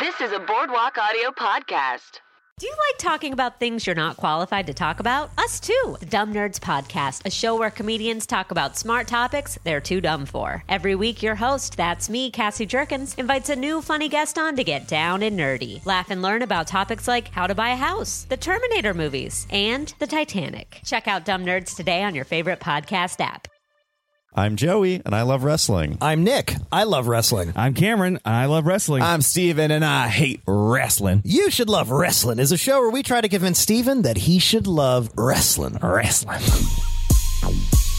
This is a Boardwalk Audio podcast. Do you like talking about things you're not qualified to talk about? Us too. The Dumb Nerds Podcast, a show where comedians talk about smart topics they're too dumb for. Every week, your host, that's me, Cassie Jerkins, invites a new funny guest on to get down and nerdy. Laugh and learn about topics like how to buy a house, the Terminator movies, and the Titanic. Check out Dumb Nerds today on your favorite podcast app. I'm Joey, and I love wrestling. I'm Nick. I love wrestling. I'm Cameron, and I love wrestling. I'm Steven, and I hate wrestling. You Should Love Wrestling is a show where we try to convince Steven that he should love wrestling. Wrestling.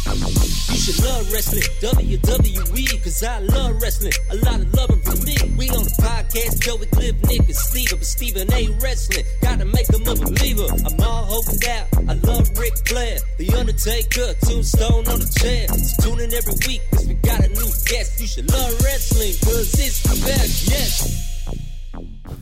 You should love wrestling, WWE, cause I love wrestling. A lot of loving from me. We on the podcast, Joey Cliff, Nick, and Steven, but Steven ain't wrestling. Gotta make him a believer. I'm all hoping out. I love Rick Flair, The Undertaker, Tombstone on the chair. So tune in every week, cause we got a new guest. You should love wrestling, cause it's the best, yes.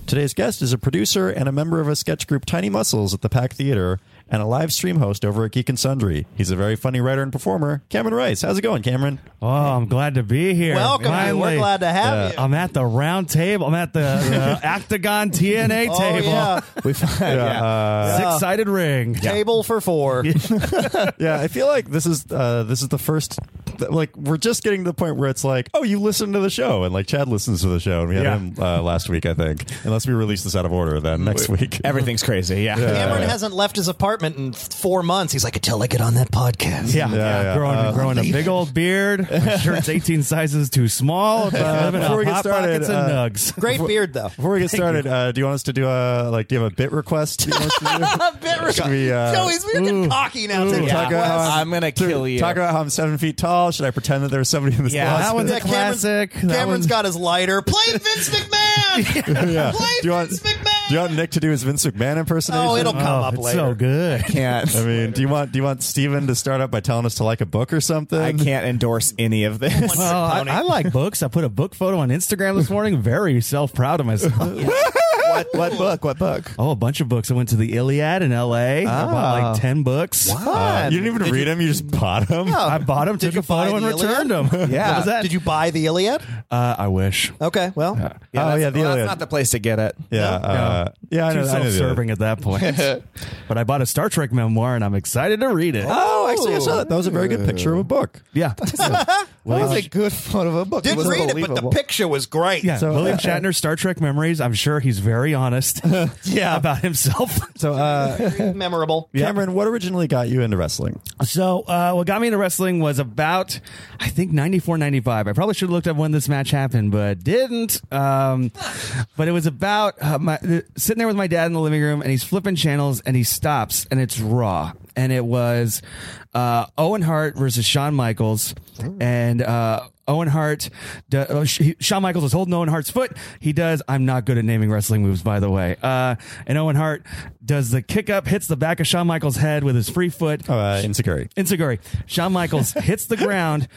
Today's guest is a producer and a member of a sketch group Tiny Muscles at the Pack Theater and a live stream host over at Geek and Sundry. He's a very funny writer and performer, Cameron Rice. How's it going, Cameron? oh, I'm glad to be here. Welcome. Finally. We're glad to have Yeah. you. I'm at the round table. I'm at the uh, Octagon TNA Oh, table. yeah. We find uh, Six sided ring. Table for four. yeah, I feel like this is uh, this is the first. th- Like we're just getting to the point where it's like, oh, you listen to the show, and like Chad listens to the show, and we had Yeah. him uh, last week, I think. Unless we release this out of order, then next week. everything's crazy. Yeah. Cameron hasn't left his apartment in th- four months. He's like, until I get on that podcast. Yeah, yeah, Yeah, yeah. growing, Uh, growing a big old beard. My shirt's 18 sizes too small. But Uh, living before on we get hot started, pockets and uh, nugs. Great beard, though. Before we get started, uh, do you want us to do a like? Do you have a bit request? Do you want us to do? Bit Should we, uh, Joey's we're getting cocky now today. Talk about how I'm gonna kill you. Talk about how I'm seven feet tall. Should I pretend that there was somebody in this Yeah, closet? that one's a Yeah, Cameron's- classic. That Cameron's one- got his lighter. Play Vince McMahon. yeah. Play do you want, Vince McMahon. do you want Nick to do his Vince McMahon impersonation? Oh, it'll come Oh, up it's later. so good. can't. I mean, do you want do you want Steven to start out by telling us to like a book or something? I can't endorse any of this. Well, I, I like books. I put a book photo on Instagram this morning. Very self proud of myself. what, what book? What book? Oh, a bunch of books. I went to the Iliad in L.A. I bought Ah. like ten books. Uh, you didn't even read them. You just bought them. I bought them, took you a photo, buy and the returned them. Yeah. What was that? Did you buy the Iliad? Uh, I wish. Okay, well, oh that's- yeah, the well, Iliad. That's not the place to get it. yeah, uh, yeah. I know, Too I know the self-serving at that point. but I bought a Star Trek memoir, and I'm excited to read it. Oh, actually, I saw that. That was a very good picture of a book. Yeah. that was a good photo of a book. did was read it, but the believable. picture was great. Yeah, So- William Shatner's Star Trek memories. I'm sure he's very honest. yeah, about himself. So, uh, Memorable. Cameron, what originally got you into wrestling? So, uh, what got me into wrestling was about, I think, 94, 95. I probably should have looked up when this match happened, but didn't. Um, but it was about uh, my, th- sitting there with my dad in the living room, and he's flipping channels, and he stops, and it's Raw. And it was uh, Owen Hart versus Shawn Michaels. And uh, Owen Hart, d- oh, sh- he- Shawn Michaels was holding Owen Hart's foot. He does. I'm not good at naming wrestling moves, by the way. Uh, and Owen Hart does the kick up, hits the back of Shawn Michaels' head with his free foot. Uh, insecurity. Insiguri. Shawn Michaels hits the ground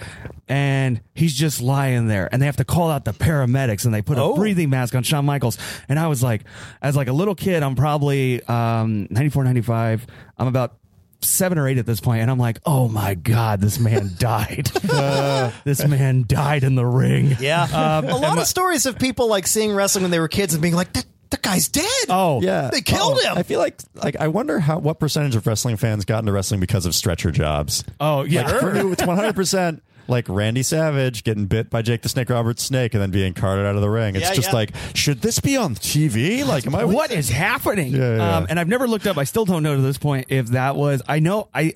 and he's just lying there. And they have to call out the paramedics and they put a breathing mask on Shawn Michaels. And I was like, as like a little kid, I'm probably um, 94, 95. I'm about seven or eight at this point, And I'm like, oh my God, this man died. this man died in the ring. Yeah. a lot of stories of people like seeing wrestling when they were kids and being like, that, that guy's dead. Oh, Yeah, They killed Oh, him. I feel like like I wonder how what percentage of wrestling fans got into wrestling because of stretcher jobs. Oh, yeah. Like, for me, it's one hundred percent. Like Randy Savage getting bit by Jake the Snake Roberts snake and then being carted out of the ring. It's Yeah, just yeah. like, should this be on TV? Like, am I what is happening? Yeah, yeah. Um, and I've never looked up. I still don't know to this point if that was. I know. I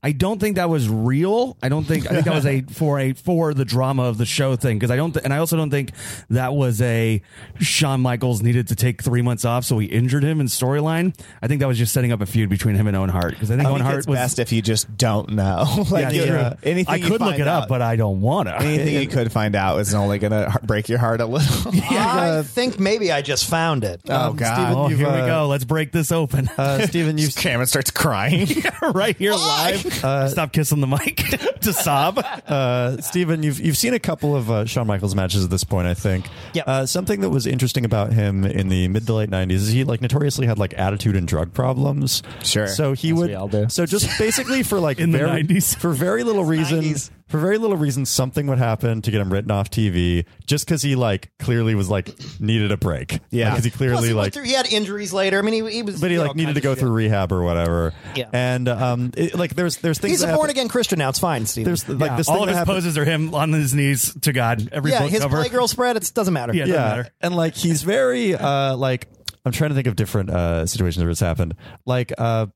I don't think that was real. I don't think. I think that was a for a for the drama of the show thing because I don't. Th- and I also don't think that was a Shawn Michaels needed to take three months off so he injured him in storyline. I think that was just setting up a feud between him and Owen Hart because I think I Owen think Hart it's was. best if you just don't know. Yeah, like, it's you- true. anything I you could look find it up, out- but I don't want to. anything you could find out is only gonna heart- break your heart a little. I think maybe I just found it. Um, oh God. Oh, you've, here uh, we go. Let's break this open. Uh, Steven, you've Cameron starts crying. right here live. Uh, Stop kissing the mic to sob. uh, Steven, you've you've seen a couple of uh, Shawn Michaels matches at this point, I think. Yep. Uh, something that was interesting about him in the mid to late '90s is he like notoriously had like attitude and drug problems. Sure. So he As would. we all do. So just basically for like In the very, 90s. for very little reason. for very little reason, something would happen to get him written off TV just because he like clearly was like needed a break. Yeah. because he Plus, clearly he, went like through- he had injuries later. I mean, he, he was. but he you know, like all needed kinds to of go shit. through rehab or whatever. Yeah. and um, it, like there's there's things. He's that a born happen- again Christian now. It's fine, Steve. There's like Yeah, this all thing of that his happen- poses are him on his knees to God. Every yeah, book his cover. playgirl spread. It doesn't matter. Yeah, it doesn't matter. and like he's very uh like I'm trying to think of different uh situations where it's happened. Like uh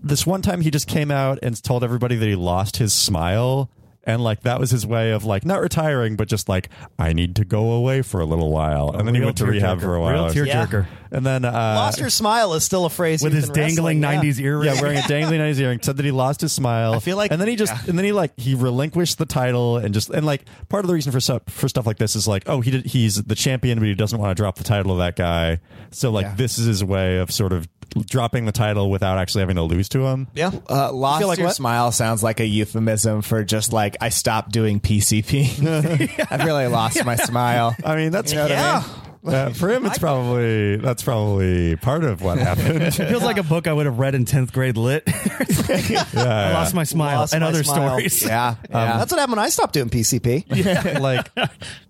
this one time he just came out and told everybody that he lost his smile and like that was his way of like not retiring but just like I need to go away for a little while. and then he real went to rehab tearjerker. for a while. Real tearjerker. And then uh Lost your smile is still a phrase with used his in wrestling, dangling yeah. '90s earring. yeah, wearing a dangling on his earring, said that he lost his smile. I feel like- and then he just, and then he like, he relinquished the title and just, and like, part of the reason for stuff for stuff like this is like, oh, he did, he's the champion, but he doesn't want to drop the title of that guy. So like, this is his way of sort of dropping the title without actually having to lose to him. Yeah. Uh, lost feel like your what? smile sounds like a euphemism for just like I stopped doing PCP. I've really lost my smile. I mean, that's know what I yeah. Yeah. Uh, for him, it's probably that's probably part of what happened. It feels like a book I would have read in tenth grade lit. I lost my smile Lost and my other smile. Um, stories. Yeah, yeah. That's what happened when I stopped doing PCP. like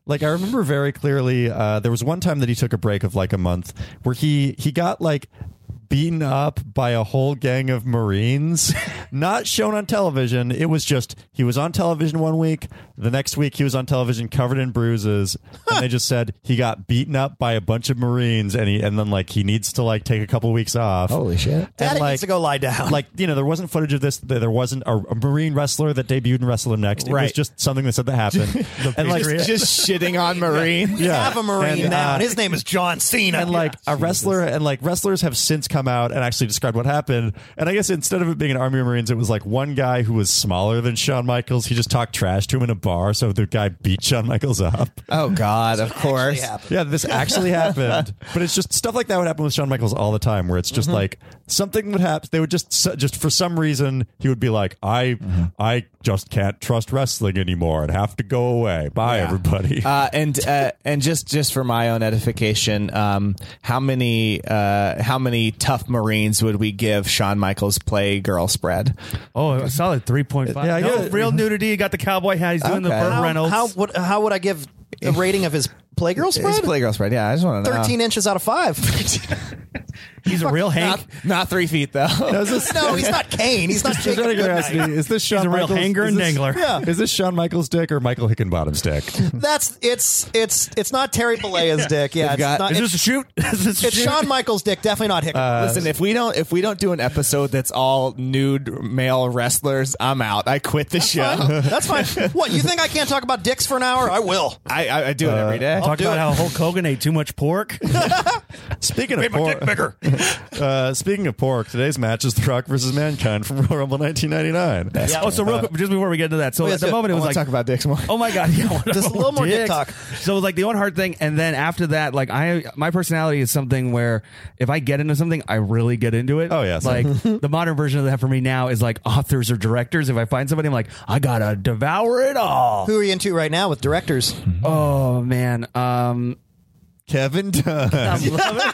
like I remember very clearly uh, there was one time that he took a break of like a month where he he got like beaten up by a whole gang of marines not shown on television it was just he was on television one week the next week he was on television covered in bruises and they just said he got beaten up by a bunch of marines and he and then like he needs to like take a couple weeks off Holy shit! Daddy like- needs to go lie down. like you know there wasn't footage of this th- there wasn't a, a marine wrestler that debuted in wrestler next it was Right. just something that said that happened and like Just, just shitting on Marine. We have a Marine And, now. uh, and his name is John Cena. and like a wrestler and like wrestlers have since come out and actually described what happened and i guess instead of it being an army of marines it was like one guy who was smaller than shawn michaels he just talked trash to him in a bar so the guy beat shawn michaels up Oh God! Of course. happened. yeah this actually happened but it's just stuff like that would happen with shawn michaels all the time where it's just like something would happen they would just so- just for some reason he would be like i i just can't trust wrestling anymore and have to go away bye Yeah. everybody Uh, and uh, and just just for my own edification, um, how many uh, how many tough Marines would we give Shawn Michaels play girl spread? Oh, a solid three point five. Yeah, I no, get it. real nudity. He got the cowboy hat. He's doing the Okay. Burt how, Reynolds. how would how would I give a rating of his playgirl It's spread? play girl spread. Yeah, I just want to know. Thirteen inches out of five. He's a real Hank. Not, not three feet though. no, he's not Kane. He's not Just out of Jacob curiosity, Goodnight. is this Shawn a real Michaels, hanger is and this- dangler. Yeah. Is this Shawn Michaels' dick or Michael Hickenbottom's dick? That's it's it's it's not Terry Bollea's dick. Yeah, They've it's got- not. Is It's, this a shoot? Is this a it's shoot? Shawn Michaels' dick. Definitely not Hickman. Listen, if we don't if we don't do an episode that's all nude male wrestlers, I'm out. I quit the show. That's fine. what you think I can't talk about dicks for an hour? I will. I, I, I do it every day. Talk do about it. how Hulk Hogan ate too much pork. Speaking of pork, uh, speaking of pork, today's match is The Rock versus Mankind from Royal Rumble 1999. Oh, so real quick, just before we get into that, so yes, at the yeah. moment it I was wanna like talk about dicks more. Oh my god, yeah, Just a little more dick dicks. talk. So it was like the Owen Hart thing, and then after that, like I, my personality is something where if I get into something, I really get into it. Oh, yeah, like same. the modern version of that for me now is like authors or directors. If I find somebody, I'm like, I gotta devour it all. Who are you into right now with directors? Oh man, um, Kevin Dunn. I'm loving,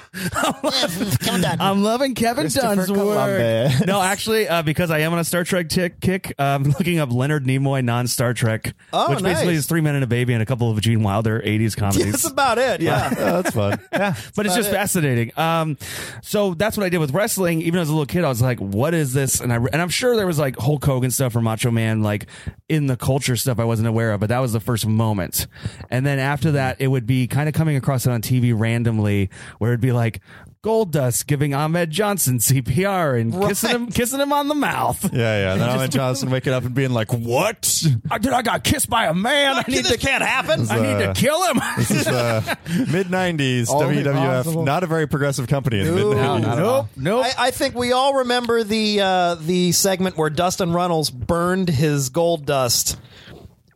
Come on. I'm loving Kevin Christopher Dunn's work. Columbus. No, actually, uh, because I am on a Star Trek tick kick, I'm looking up Leonard Nimoy non Star Trek, Oh, which basically nice. is Three Men and a Baby and a couple of Gene Wilder '80s comedies. That's about it. Yeah. Oh, that's fun. but it's just fascinating. Um, so that's what I did with wrestling. Even as a little kid, I was like, "What is this?" And I and I'm sure there was like Hulk Hogan stuff or Macho Man like in the culture stuff I wasn't aware of, but that was the first moment. And then after that, it would be kind of coming across it on TV randomly, where it'd be like Gold Dust giving Ahmed Johnson CPR and kissing him kissing him on the mouth. Yeah, yeah. And then Alan Johnson waking up and being like, "What?" I Dude, I got kissed by a man. I need this to can't happen. I need to kill him. This is uh, mid '90s Only WWF, possible. not a very progressive company in the mid No, not '90s. at all. nope, nope. I, I think we all remember the uh, the segment where Dustin Runnels burned his gold dust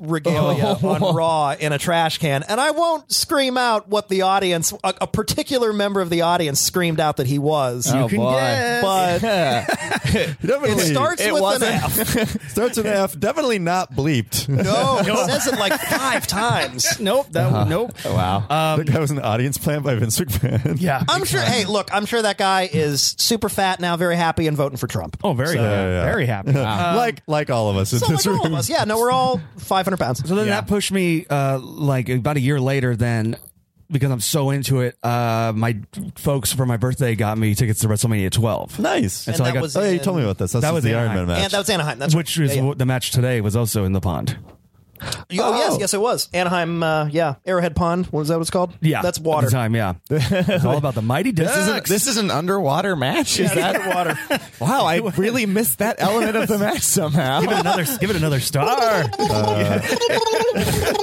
regalia Oh. on Raw in a trash can, and I won't scream out what the audience, a, a particular member of the audience, screamed out that he was. You can Oh, boy. guess. But it Definitely starts It with an wasn't. F. starts with an F. Definitely not bleeped. No, it says it like five times. nope. That Uh-huh. nope. wow. Um, that guy was an audience plant by Vince McMahon. Yeah. I'm sure. Hey, look, I'm sure that guy is super fat now, very happy, and voting for Trump. oh, very yeah, yeah. very happy. Uh, like like all of us in Um, So this like all of room. us, yeah. No, we're all 500 pounds. So then Yeah. that pushed me uh, like about a year later then because I'm so into it. Uh, my folks for my birthday got me tickets to WrestleMania 12. Nice. And so that I got, was oh, yeah, you in- told me about this. That's That that was was the Iron Anaheim. Man match. And that was Anaheim. That's which was yeah, yeah. what the match today was also in the pond. Oh, yes, yes, it was Anaheim. Uh, yeah, Arrowhead Pond. What is that? What it's called? Yeah, that's At water. the time, yeah, it's all about the mighty Ducks. this is, an, this is an underwater match. Is that underwater? Wow, I really missed that element of the match somehow. give it another, give it another star. Uh,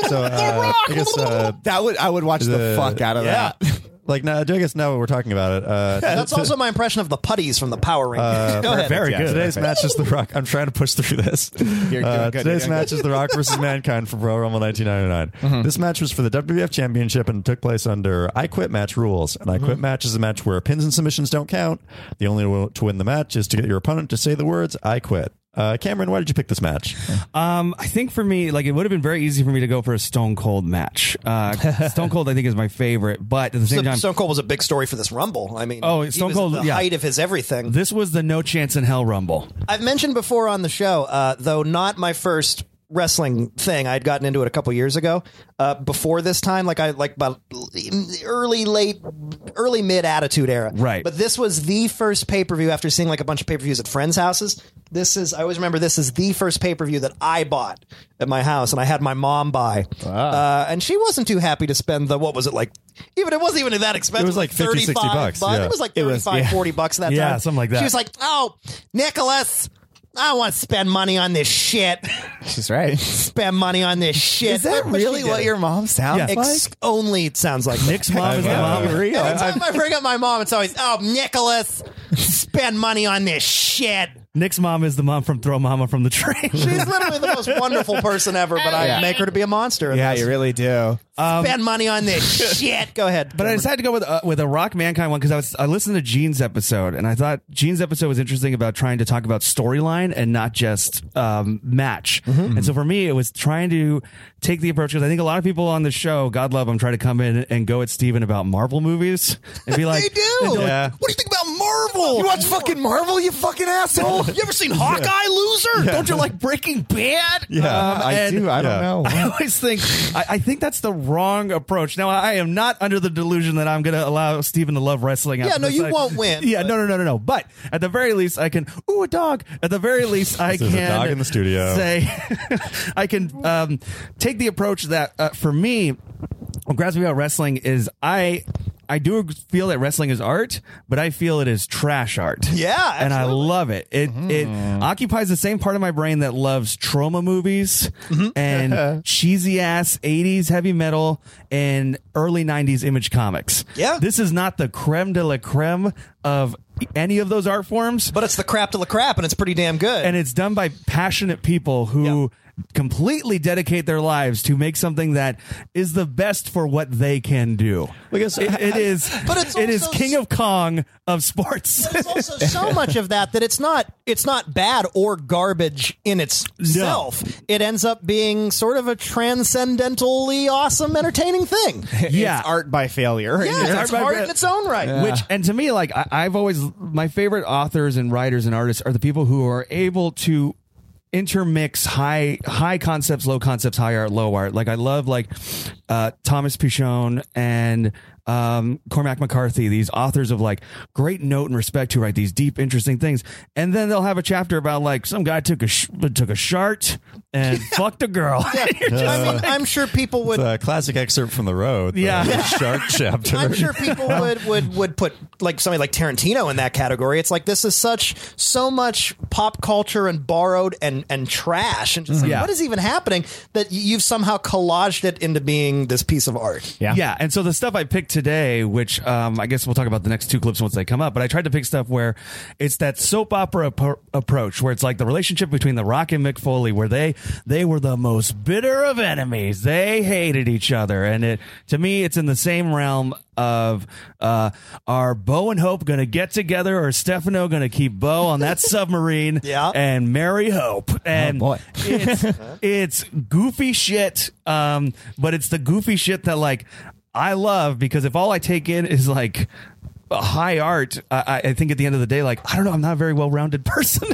so uh, I guess uh, That would I would watch the, The- fuck out of yeah. that. like now, I guess now we're talking about it. Uh, That's also my impression of the putties from the Power Rangers. Go ahead. Uh, Very Yeah, good. Today's match is The Rock. I'm trying to push through this. You're doing Uh, good, Mm-hmm. you're today's doing match is The Rock versus Mankind for Pro Rumble 1999. This match was for the WWF Championship and took place under I Quit Match rules. And I Mm-hmm. Quit Match is a match where pins and submissions don't count. The only way to win the match is to get your opponent to say the words I quit. Uh, Cameron, why did you pick this match? Um, I think for me, like it would have been very easy for me to go for a Stone Cold match. Uh, Stone Cold, I think, is my favorite, but at the same So, time, Stone Cold was a big story for this Rumble. I mean, Oh, he Stone was at Cold, the yeah. height of his everything. this was the no chance in hell rumble. I've mentioned before on the show, uh, though not my first wrestling thing. I'd gotten into it a couple years ago. Uh, before this time, like I like about early, late, early mid attitude era, Right. But this was the first pay per view after seeing like a bunch of pay per views at friends' houses. This is I always remember this is the first pay per view that I bought at my house, and I had my mom buy, Ah. uh, and she wasn't too happy to spend the what was it like? Even it wasn't even that expensive. It was like 50, 60 35 bucks, yeah. It was like It was, 35, 40 bucks that Yeah, time. something like that. She was like, "Oh, Nicholas, I want to spend money on this shit. She's right. spend money on this shit." Is that But she really did what it. your mom sounds Yeah. like? Ex- only it sounds like that. Nick's mom is the Wow. mom. real. Every time I bring up my mom, it's always, "Oh, Nicholas, spend money on this shit." Nick's mom is the mom from Throw Mama from the Train. She's literally the most wonderful person ever, but I Yeah. make her to be a monster. in yeah, this. you really do. spend money on this shit. Go ahead. But I decided to go with uh, with a Rock Mankind one because I was I listened to Gene's episode and I thought Gene's episode was interesting about trying to talk about storyline and not just um, match. Mm-hmm. And so for me, it was trying to take the approach because I think a lot of people on the show, God love them, try to come in and go at Steven about Marvel movies and be like, they do. and go like, What do you think about Marvel? You watch fucking Marvel, you fucking asshole. You ever seen Hawkeye, loser? Don't you like Breaking Bad? Yeah. Um, I and- do. I yeah. don't know. I always think I, I think that's the wrong approach. Now I am not under the delusion that I'm going to allow Steven to love wrestling. after no, this. you I- won't win, Yeah, but- no, no, no, no, no. But at the very least, I can. Ooh, a dog. At the very least, I There's a can. dog in the studio. Say, I can um, take the approach that uh, for me, what grabs me about wrestling is I. I do feel that wrestling is art, but I feel it is trash art. Yeah, and I absolutely. love it. It it Mm. occupies the same part of my brain that loves trauma movies Mm-hmm. and cheesy ass '80s heavy metal and early '90s image comics. Yeah. this is not the creme de la creme of any of those art forms, But it's the crap to the crap, and it's pretty damn good. and it's done by passionate people who. Completely dedicate their lives to make something that is the best for what they can do. Because It- it is, But it's it is also- King of Kong of sports. there's also so much of that that it's not it's not bad or garbage in itself. It ends up being sort of a transcendentally awesome, entertaining thing. yeah, It's art by failure. Yeah, it's, by art bit. in its own right. Which and to me, like I, I've always my favorite authors and writers and artists are the people who are able to intermix high high concepts, low concepts, high art, low art. Like I love like uh, Thomas Pichon and um, Cormac McCarthy, these authors of like great note and respect who write these deep, interesting things. And then they'll have a chapter about like some guy took a sh- took a shart and fucked a girl. You're just I like, mean, I'm sure people would. It's a classic excerpt from The Road. the Yeah. Shark chapter. I'm sure people would, would would put like somebody like Tarantino in that category. It's like this is such so much pop culture and borrowed and and trash and just like, Yeah. what is even happening that y- you've somehow collaged it into being this piece of art. Yeah. And so the stuff I picked today, which um, I guess we'll talk about the next two clips once they come up. But I tried to pick stuff where it's that soap opera appro- approach, where it's like the relationship between The Rock and Mick Foley, where they they were the most bitter of enemies. They hated each other, and it to me, it's in the same realm of uh, are Bo and Hope going to get together, or is Stefano going to keep Bo on that submarine? Yeah. and marry Hope. And Oh, boy. it's it's goofy shit. Um, but it's the goofy shit that like I love because if all I take in is like high art, I, I think at the end of the day, like I don't know, I'm not a very well rounded person.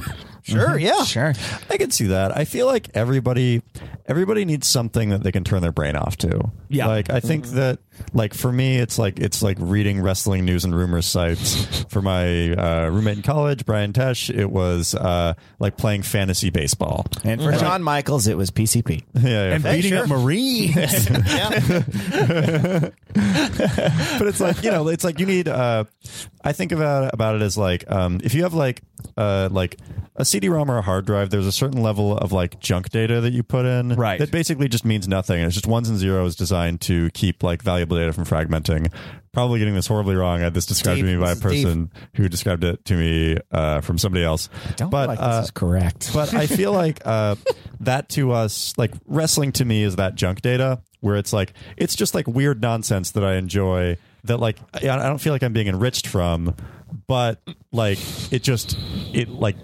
Sure, yeah. Sure. I can see that. I feel like everybody everybody needs something that they can turn their brain off to. Yeah. Like I think that like for me it's like it's like reading wrestling news and rumors sites. for my uh, roommate in college, Brian Tesh, it was uh, like playing fantasy baseball. And for John Michaels, it was PCP. Yeah, yeah. and beating up Marines. but it's like you know it's like you need uh i think about about it as like um if you have like uh like a cd-rom or a hard drive there's a certain level of like junk data that you put in Right. that basically just means nothing it's just ones and zeros designed to keep like valuable data from fragmenting probably getting this horribly wrong i had this described Deep. to me by a This is deep. person who described it to me uh from somebody else Don't but like uh, this is correct. but I feel like uh, that to us, like wrestling to me is that junk data where it's like it's just like weird nonsense that I enjoy that like I I don't feel like I'm being enriched from, but like it just it like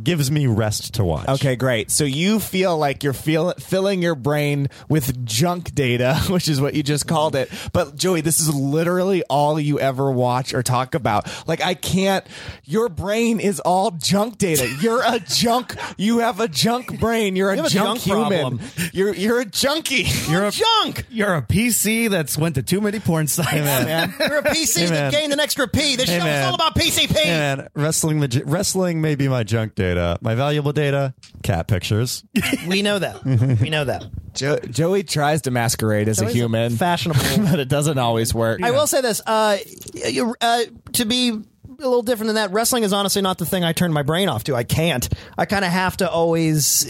gives me rest to watch. Okay, great. So you feel like you're feel, filling your brain with junk data, which is what you Mm-hmm. just called it. But Joey, this is literally all you ever watch or talk about. Like I can't. Your brain is all junk data. You're a junk. You have a junk brain. You're a, You have a junk, junk human. problem. You're you're a junkie. You're a- Junk! You're a PC that's went to too many porn sites. You're a PC man. that gained an extra P. This show man. is all about PCP. And wrestling, magi- wrestling may be my junk data. My valuable data, cat pictures. We know that. we know that. Jo- Joey tries to masquerade as a Joey's human, fashionable. but it doesn't always work. I will say this: uh, you, uh, to be a little different than that, wrestling is honestly not the thing I turn my brain off to. I can't. I kind of have to always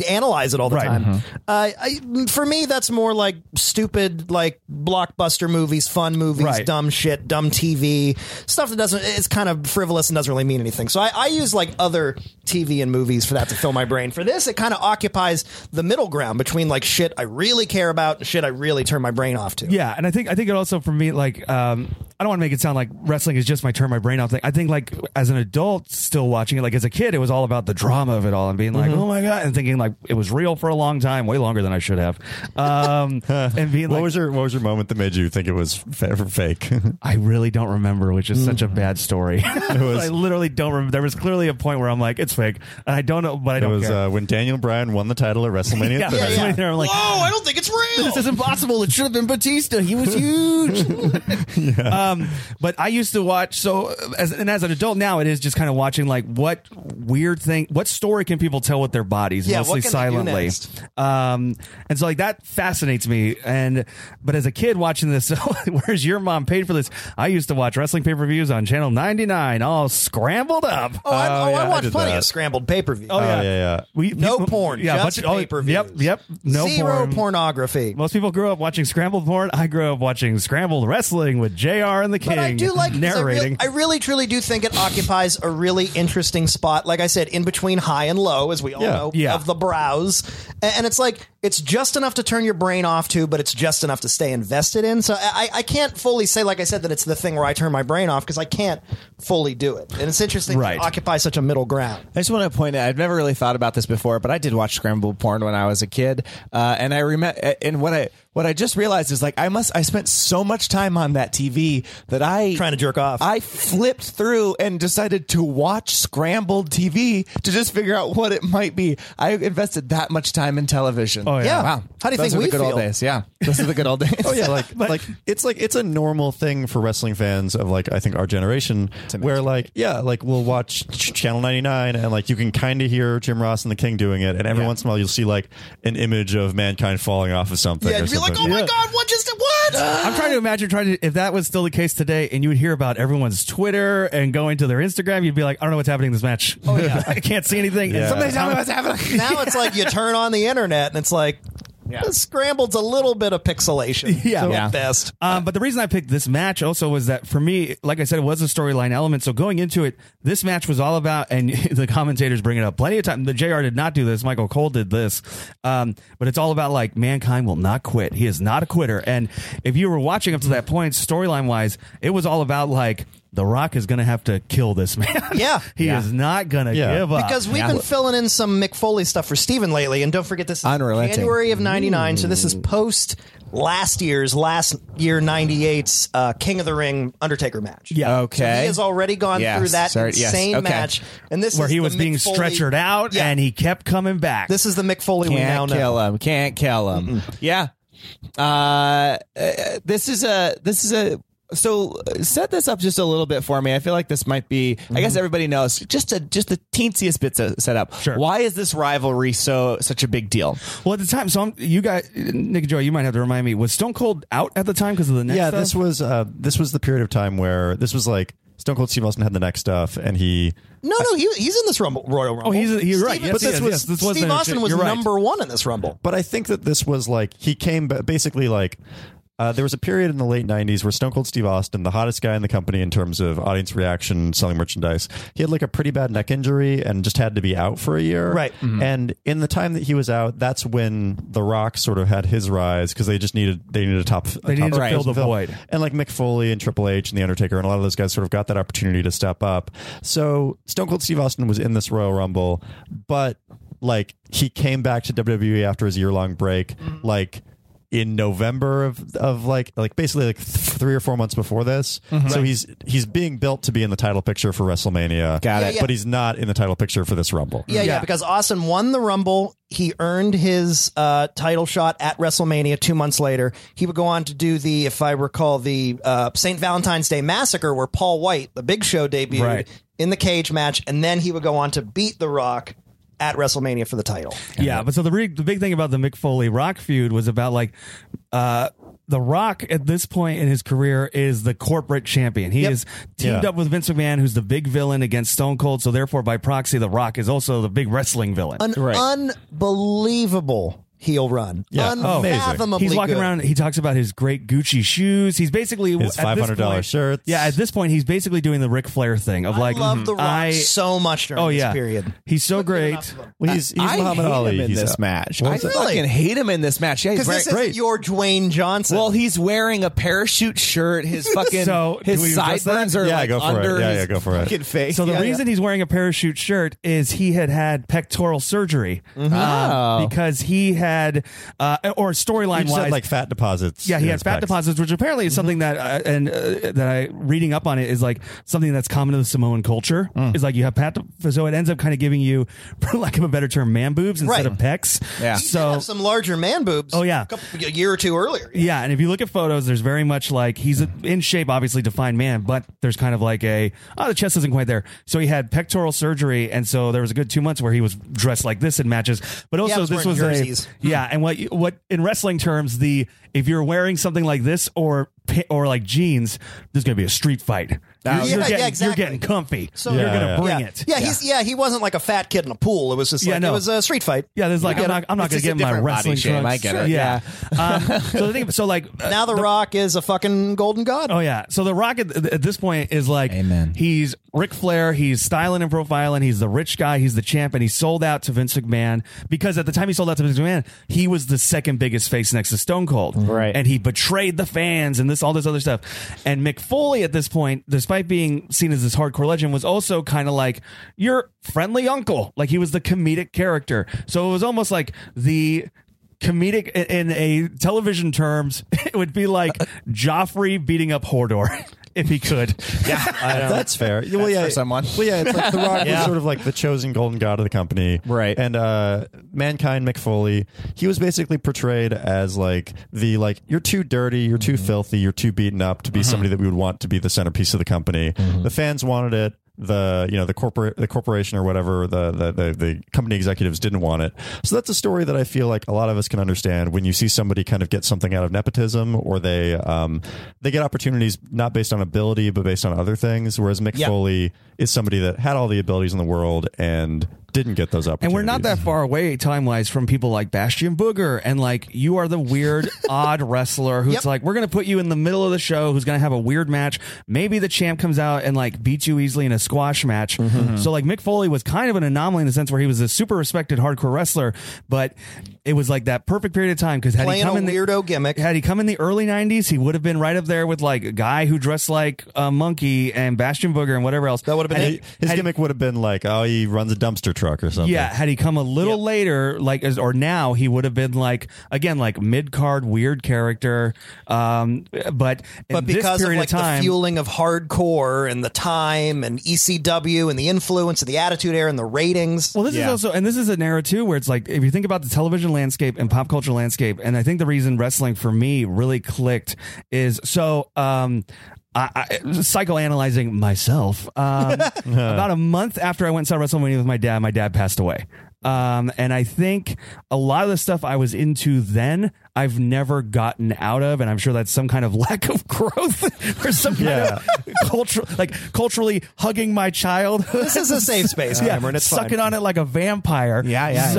uh, analyze it all the Right. Mm-hmm. time. Uh, I, for me, that's more like stupid, like blockbuster movies, fun movies, Right. dumb shit, dumb TV stuff that doesn't. It's kind of frivolous and doesn't really mean anything. So I, I use like other TV and movies for that to fill my brain. For this, it kind of occupies the middle ground between like shit I really care about and shit I really turn my brain off to. Yeah, and I think I think it also for me like um, I don't want to make it sound like wrestling is just my turn my brain off thing. I think like as an adult still watching it, like as a kid, it was all about the drama of it all and being like, Mm-hmm. oh my god, and thinking like it was real for a long time, way longer than I should have. Um, and being What like, was your What was your moment that made you think it was fa- fake? I really don't remember, which is such a Mm-hmm. bad story. I literally don't remember. There was clearly a point where I'm like, it's fake, and I don't know, but I it don't was care. uh, when Daniel Bryan won the title at WrestleMania. yeah, 30. that's yeah. right there. I'm like, Whoa, I don't think it's real. this is impossible. It should have been Batista. He was huge. um, but I used to watch. So, uh, as, and as an adult now, it is just kind of watching like what weird thing, what story can people tell with their bodies, Yeah, what mostly can they do silently. next? Um, and so like that fascinates me. And but as a kid watching this, whereas your mom paid for this, I used to watch wrestling pay per views on channel ninety nine, all scrambled up. Oh, I, oh, yeah, I I watched did plenty that. of scrambled pay per view. Oh, yeah, yeah. We, No people- porn, a just oh, pay-per-views. Yep, yep. No Zero porn. pornography. Most people grew up watching scrambled porn. I grew up watching scrambled wrestling with JR and the King but I do like 'cause narrating. I really, I really, truly do think it occupies a really interesting spot. Like I said, in between high and low, as we all Yeah. know, Yeah. of the brows, A- and it's like it's just enough to turn your brain off to, but it's just enough to stay invested in. So I, I can't fully say, like I said, that it's the thing where I turn my brain off because I can't fully do it. And it's interesting Right. to occupy such a middle ground. I just want to point out, I've never really thought about this before, but I did watch scrambled porn when I was a kid. Uh, and I remember, and what I, what I just realized is like, I must, I spent so much time on that TV that I, Trying to jerk off. I flipped through and decided to watch scrambled TV to just figure out what it might be. I invested that much time in television. Oh, yeah. Yeah. Wow. How do you Those think are the we good old feel? days? Yeah. Those are the good old days. Oh yeah, like like it's like it's a normal thing for wrestling fans of like I think our generation where like yeah, like we'll watch Ch- Channel 99 and like you can kind of hear Jim Ross and the King doing it and every once in a while you'll see like an image of mankind falling off of something yeah, or you'd be like, something. oh my god, what just what? I'm trying to imagine trying to if that was still the case today, and you would hear about everyone's Twitter and going to their Instagram, you'd be like, I don't know what's happening in this match. Oh yeah, I can't see anything. Yeah. And Somebody sometimes tell me what's happening. now it's like you turn on the internet and it's like scrambled a little bit of pixelation. Yeah. So Yeah. at best. Um, but the reason I picked this match also was that for me, like I said, it was a storyline element. So going into it, this match was all about, and the commentators bring it up plenty of time. The JR did not do this. Michael Cole did this. Um, but it's all about like mankind will not quit. He is not a quitter. And if you were watching up to that point, storyline wise, it was all about like, the Rock is going to have to kill this man. Yeah. he Yeah. is not going to Yeah. give up. Because we've uh, Yeah. been filling in some Mick Foley stuff for Steven lately, and don't forget this is Unrelenting. January of '99, so this is post last year's last year '98's uh, King of the Ring Undertaker match. Yeah. Okay. he has already gone Yes. through that Sorry. Yes. insane Okay. match, and this where is he the was being Mick Foley- stretchered out Yeah. and he kept coming back. This is the Mick Foley we now Can't know. kill him. Can't kill him. Yeah. Uh, uh, this is a. This is a. So uh, set this up just a little bit for me. I feel like this might be. I guess everybody knows just a just the teensiest bit set set up. Sure. Why is this rivalry so such a big deal? Well, at the time, so I'm, you guys, Nick and Joy, you might have to remind me. Was Stone Cold out at the time because of the next? yeah, stuff? this was uh, this was the period of time where this was like Stone Cold Steve Austin had the next stuff, and he No, no, he, he's in this Rumble, Royal Rumble. Oh, he's he's right. Steven- Yes, But yes, this was- yes, this was Steve the- Austin was you're right. number one in this Rumble. But I think that this was like he came ba- basically like uh, there was a period in the late '90s where Stone Cold Steve Austin, the hottest guy in the company in terms of audience reaction, selling merchandise, he had like a pretty bad neck injury and just had to be out for a year. Right. Mm-hmm. And in the time that he was out, that's when The Rock sort of had his rise because they just needed they needed a top. a They needed top to fill the fill. void. And like Mick Foley and Triple H and The Undertaker and a lot of those guys sort of got that opportunity to step up. So Stone Cold Steve Austin was in this Royal Rumble, but like he came back to WWE after his year long break, Mm-hmm. like in November of of like like basically like th- three or four months before this. Mm-hmm. So he's he's being built to be in the title picture for WrestleMania. Got Yeah, it. yeah. But he's not in the title picture for this Rumble. Yeah, yeah, Yeah. because Austin won the Rumble. He earned his uh, title shot at WrestleMania two months later. He would go on to do the, if I recall, the uh, St. Valentine's Day Massacre, where Paul White, the Big Show, debuted Right. in the cage match, and then he would go on to beat The Rock at WrestleMania for the title. Yeah, but so the re- the big thing about the Mick Foley Rock feud was about like uh the Rock at this point in his career is the corporate champion. He Yep. is teamed Yeah. up with Vince McMahon, who's the big villain against Stone Cold. So therefore, by proxy, the Rock is also the big wrestling villain. An Oh, unbelievable heel run. Yeah, Oh, amazing. Unfathomably Oh. He's walking good. around. He talks about his great Gucci shoes. He's basically at this $500 point- shirts. Yeah, at this point, he's basically doing the Ric Flair thing of like, mm-hmm. I love The Rock I- so much during oh this yeah, period. He's so great. Well, he's, he's I Muhammad hate Ali him in he's this out. match. What I was it? fucking hate him in this match. Yeah, he's Because wearing- this isn't your Dwayne Johnson. Well, he's wearing a parachute shirt. His fucking So, do we his address that? sideburns are Yeah, like go for it. under Yeah, his yeah, go for it. fucking face. So the Yeah, yeah. reason he's wearing a parachute shirt is he had had pectoral surgery um, Oh. because he had, uh, or He storyline just had wise, like fat deposits. yeah, he in had his fat pecs. deposits, which apparently is something that uh, and uh, that I reading up on it is like something that's common to the Samoan culture. Is like you have pat, so it ends up kind of giving you, for lack of a better term, man boobs instead Right. of pecs. Yeah. He did So have some larger man boobs. Oh, yeah. a, couple, a year or two earlier. Yeah, and if you look at photos, there's very much like he's a, in shape, obviously defined man, but there's kind of like a oh the chest isn't quite there. So he had pectoral surgery, and so there was a good two months where he was dressed like this in matches. But I also was this wearing was jerseys. Hmm. a yeah, and what you- what in wrestling terms the if you're wearing something like this or pa- or like jeans, there's gonna be a street fight. Ah. You're, yeah, you're yeah, getting, exactly. you're getting comfy. So- you're Yeah, gonna yeah. bring yeah. it. Yeah, he's yeah, he wasn't like a fat kid in a pool. It was just Yeah, like no. it was a street fight. Yeah, there's like I'm get not it. I'm not It's gonna just a get in my different body wrestling shape. trunks. I get it. Yeah. um, so the thing, so like uh, Now the, Rock is a fucking golden god. Oh yeah. So the Rocket at at this point is like, Amen. he's Ric Flair. He's styling and profiling. He's the rich guy. He's the champ, and he sold out to Vince McMahon because at the time he sold out to Vince McMahon, he was the second biggest face next to Stone Cold, Right. And he betrayed the fans and this all this other stuff. And Mick Foley at this point, despite being seen as this hardcore legend, was also kind of like your friendly uncle. Like he was the comedic character. So it was almost like the comedic in a television terms it would be like joffrey beating up hordor if he could yeah That's fair. Yeah, well, yeah, for someone. Well, yeah, it's like The Rock Yeah. was sort of like the chosen golden god of the company, Right. And uh, mankind McFoley, he was basically portrayed as like the like you're too dirty, you're too filthy, you're too beaten up to be somebody that we would want to be the centerpiece of the company. The fans wanted it. The you know the corporate the corporation or whatever the, the the the company executives didn't want it so that's a story that I feel like a lot of us can understand when you see somebody kind of get something out of nepotism or they um they get opportunities not based on ability but based on other things whereas Mick Yeah. Foley is somebody that had all the abilities in the world and didn't get those And opportunities. we're not Mm-hmm. that far away time wise from people like Bastion Booger and like you are the weird odd wrestler who's Yep. like we're gonna put you in the middle of the show who's gonna have a weird match. Maybe the champ comes out and like beats you easily in a squash match. Mm-hmm. So like Mick Foley was kind of an anomaly in the sense where he was a super respected hardcore wrestler, but it was like that perfect period of time because had he Playing come a in the weirdo gimmick. had he come in the early 90s, he would have been right up there with like a guy who dressed like a monkey and Bastion Booger and whatever else. That would have been had it. had His gimmick would have been like, oh, he runs a dumpster truck or something. Yeah, had he come a little later, like as- or now, he would have been like again, like mid card weird character. Um, but but in because this of period like of time, the fueling of hardcore and the time and ECW and the influence of the Attitude Era and the ratings. Well, this Yeah. is also, and this is an era too, where it's like if you think about the television landscape and pop culture landscape, and I think the reason wrestling for me really clicked is so. Um, I, I psychoanalyzing myself um, about a month after I went and saw WrestleMania with my dad. My dad passed away. Um, and I think a lot of the stuff I was into then, I've never gotten out of, and I'm sure that's some kind of lack of growth or some kind of cultural, like culturally hugging my childhood this is a safe space, Uh, Cameron. It's fine. sucking on it like a vampire. Yeah, yeah,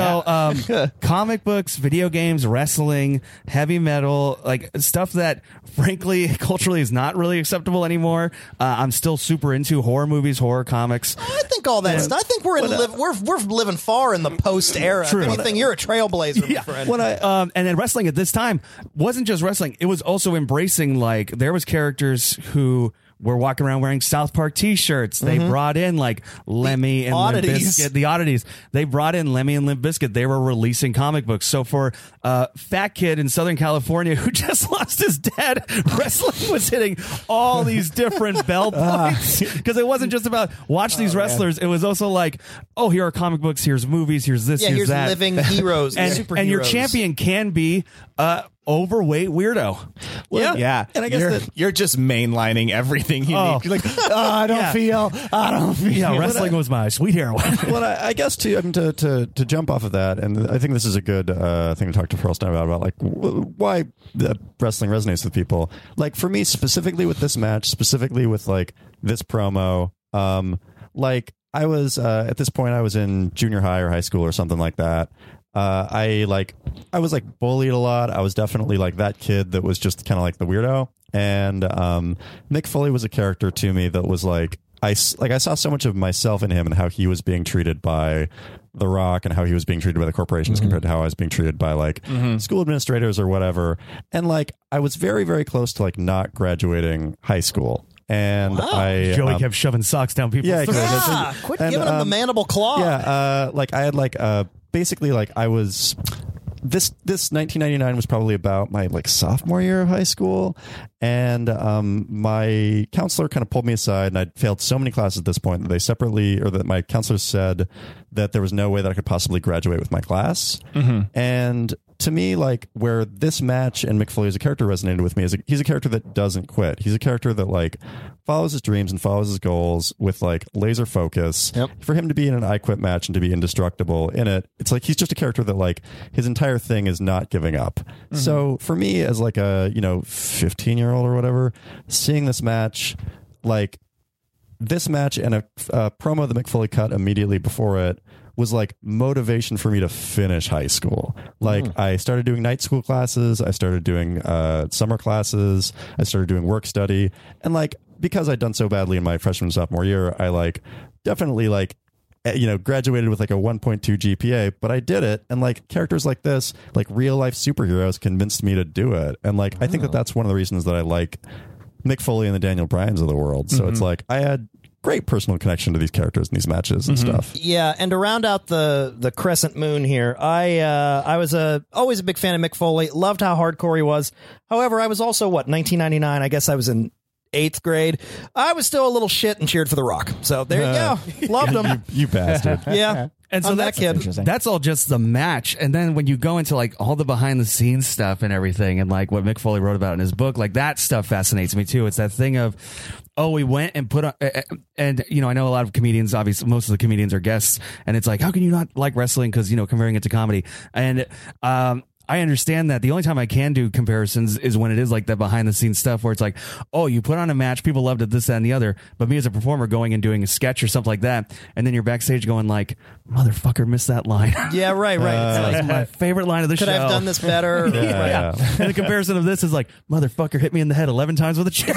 So, um, comic books, video games, wrestling, heavy metal, like stuff that, frankly, culturally is not really acceptable anymore. Uh, I'm still super into horror movies, horror comics. I think all that's. I think we're in live, we're we're living far in the post era. If True. anything, you're a trailblazer, my friend. When I um, and then wrestling at this time wasn't just wrestling; it was also embracing like there was characters who were walking around wearing South Park T-shirts. They brought in like Lemmy and Limp Mm-hmm. oddities. Bizkit. The oddities they brought in Lemmy and Limp Bizkit. They were releasing comic books. So for uh, fat kid in Southern California who just lost his dad, wrestling was hitting all these different bell Uh. points because it wasn't just about Oh, watch these wrestlers. It was also like, oh, here are comic books. Here's movies. Here's this. yeah, here's, here's that living heroes and, and, superheroes. and your champion can be uh, overweight weirdo. yeah. Yeah. And I guess you're, that- you're just mainlining everything you Oh. need. You're like, oh, I don't Yeah. feel, I Oh, don't feel. Yeah, wrestling was my sweet heroin. well, I, I guess to, I mean, to to to jump off of that, and I think this is a good uh, thing to talk to Pearlstein about about like w- why the wrestling resonates with people. Like for me specifically with this match, specifically with like this promo, um, like I was uh, at this point I was in junior high or high school or something like that. Uh, I like I was like bullied a lot. I was definitely like that kid that was just kind of like the weirdo. And um, Nick Foley was a character to me that was like I s- like I saw so much of myself in him and how he was being treated by The Rock and how he was being treated by the corporations compared to how I was being treated by like school administrators or whatever. And like I was very very close to like not graduating high school. And I Joey um, kept shoving socks down people's yeah, throats. exactly. Ah, quit And, giving him the um, mandible claw. yeah, uh, like I had like uh, basically like I was this this 1999 was probably about my like sophomore year of high school, and um, my counselor kind of pulled me aside, and I'd failed so many classes at this point that they separately or that my counselor said that there was no way that I could possibly graduate with my class, and. To me, like where this match and McFoley as a character resonated with me is he's a character that doesn't quit. He's a character that like follows his dreams and follows his goals with like laser focus for him to be in an I Quit match and to be indestructible in it, it's like he's just a character that like his entire thing is not giving up. So for me, as like a you know fifteen year old or whatever, seeing this match, like this match and a, a promo that McFoley cut immediately before it was like motivation for me to finish high school. Like I started doing night school classes, I started doing uh, summer classes, I started doing work study, and like because I'd done so badly in my freshman and sophomore year, I like definitely like eh, you know graduated with like a 1.2 GPA, but I did it, and like characters like this, like real life superheroes, convinced me to do it, and like I think that that's one of the reasons that I like Mick Foley and the Daniel Bryans of the world. So Mm-hmm. it's like I had great personal connection to these characters in these matches Mm-hmm. and stuff. Yeah, and to round out the the crescent moon here, I uh, I was a always a big fan of Mick Foley. Loved how hardcore he was. However, I was also what 1999. I guess I was in eighth grade. I was still a little shit and cheered for The Rock. So there you go. Loved him. You bastard. Yeah, And Uh, so I'm that that's, kid. that's all just the match. And then when you go into like all the behind the scenes stuff and everything, and like what Mick Foley wrote about in his book, like that stuff fascinates me too. It's that thing of, oh, we went and put on, eh, eh, and you know, I know a lot of comedians, obviously, most of the comedians are guests, and it's like, how can you not like wrestling? Because, you know, comparing it to comedy. And, um, I understand that. The only time I can do comparisons is when it is like that behind the scenes stuff where it's like, oh, you put on a match, people loved it, this, that, and the other. But me as a performer going and doing a sketch or something like that, and then you're backstage going like, motherfucker, missed that line. Yeah, right, right. It's like, That's my favorite line of the show. could I have done this better? Uh, Yeah. and the comparison of this is like, motherfucker hit me in the head 11 times with a chair.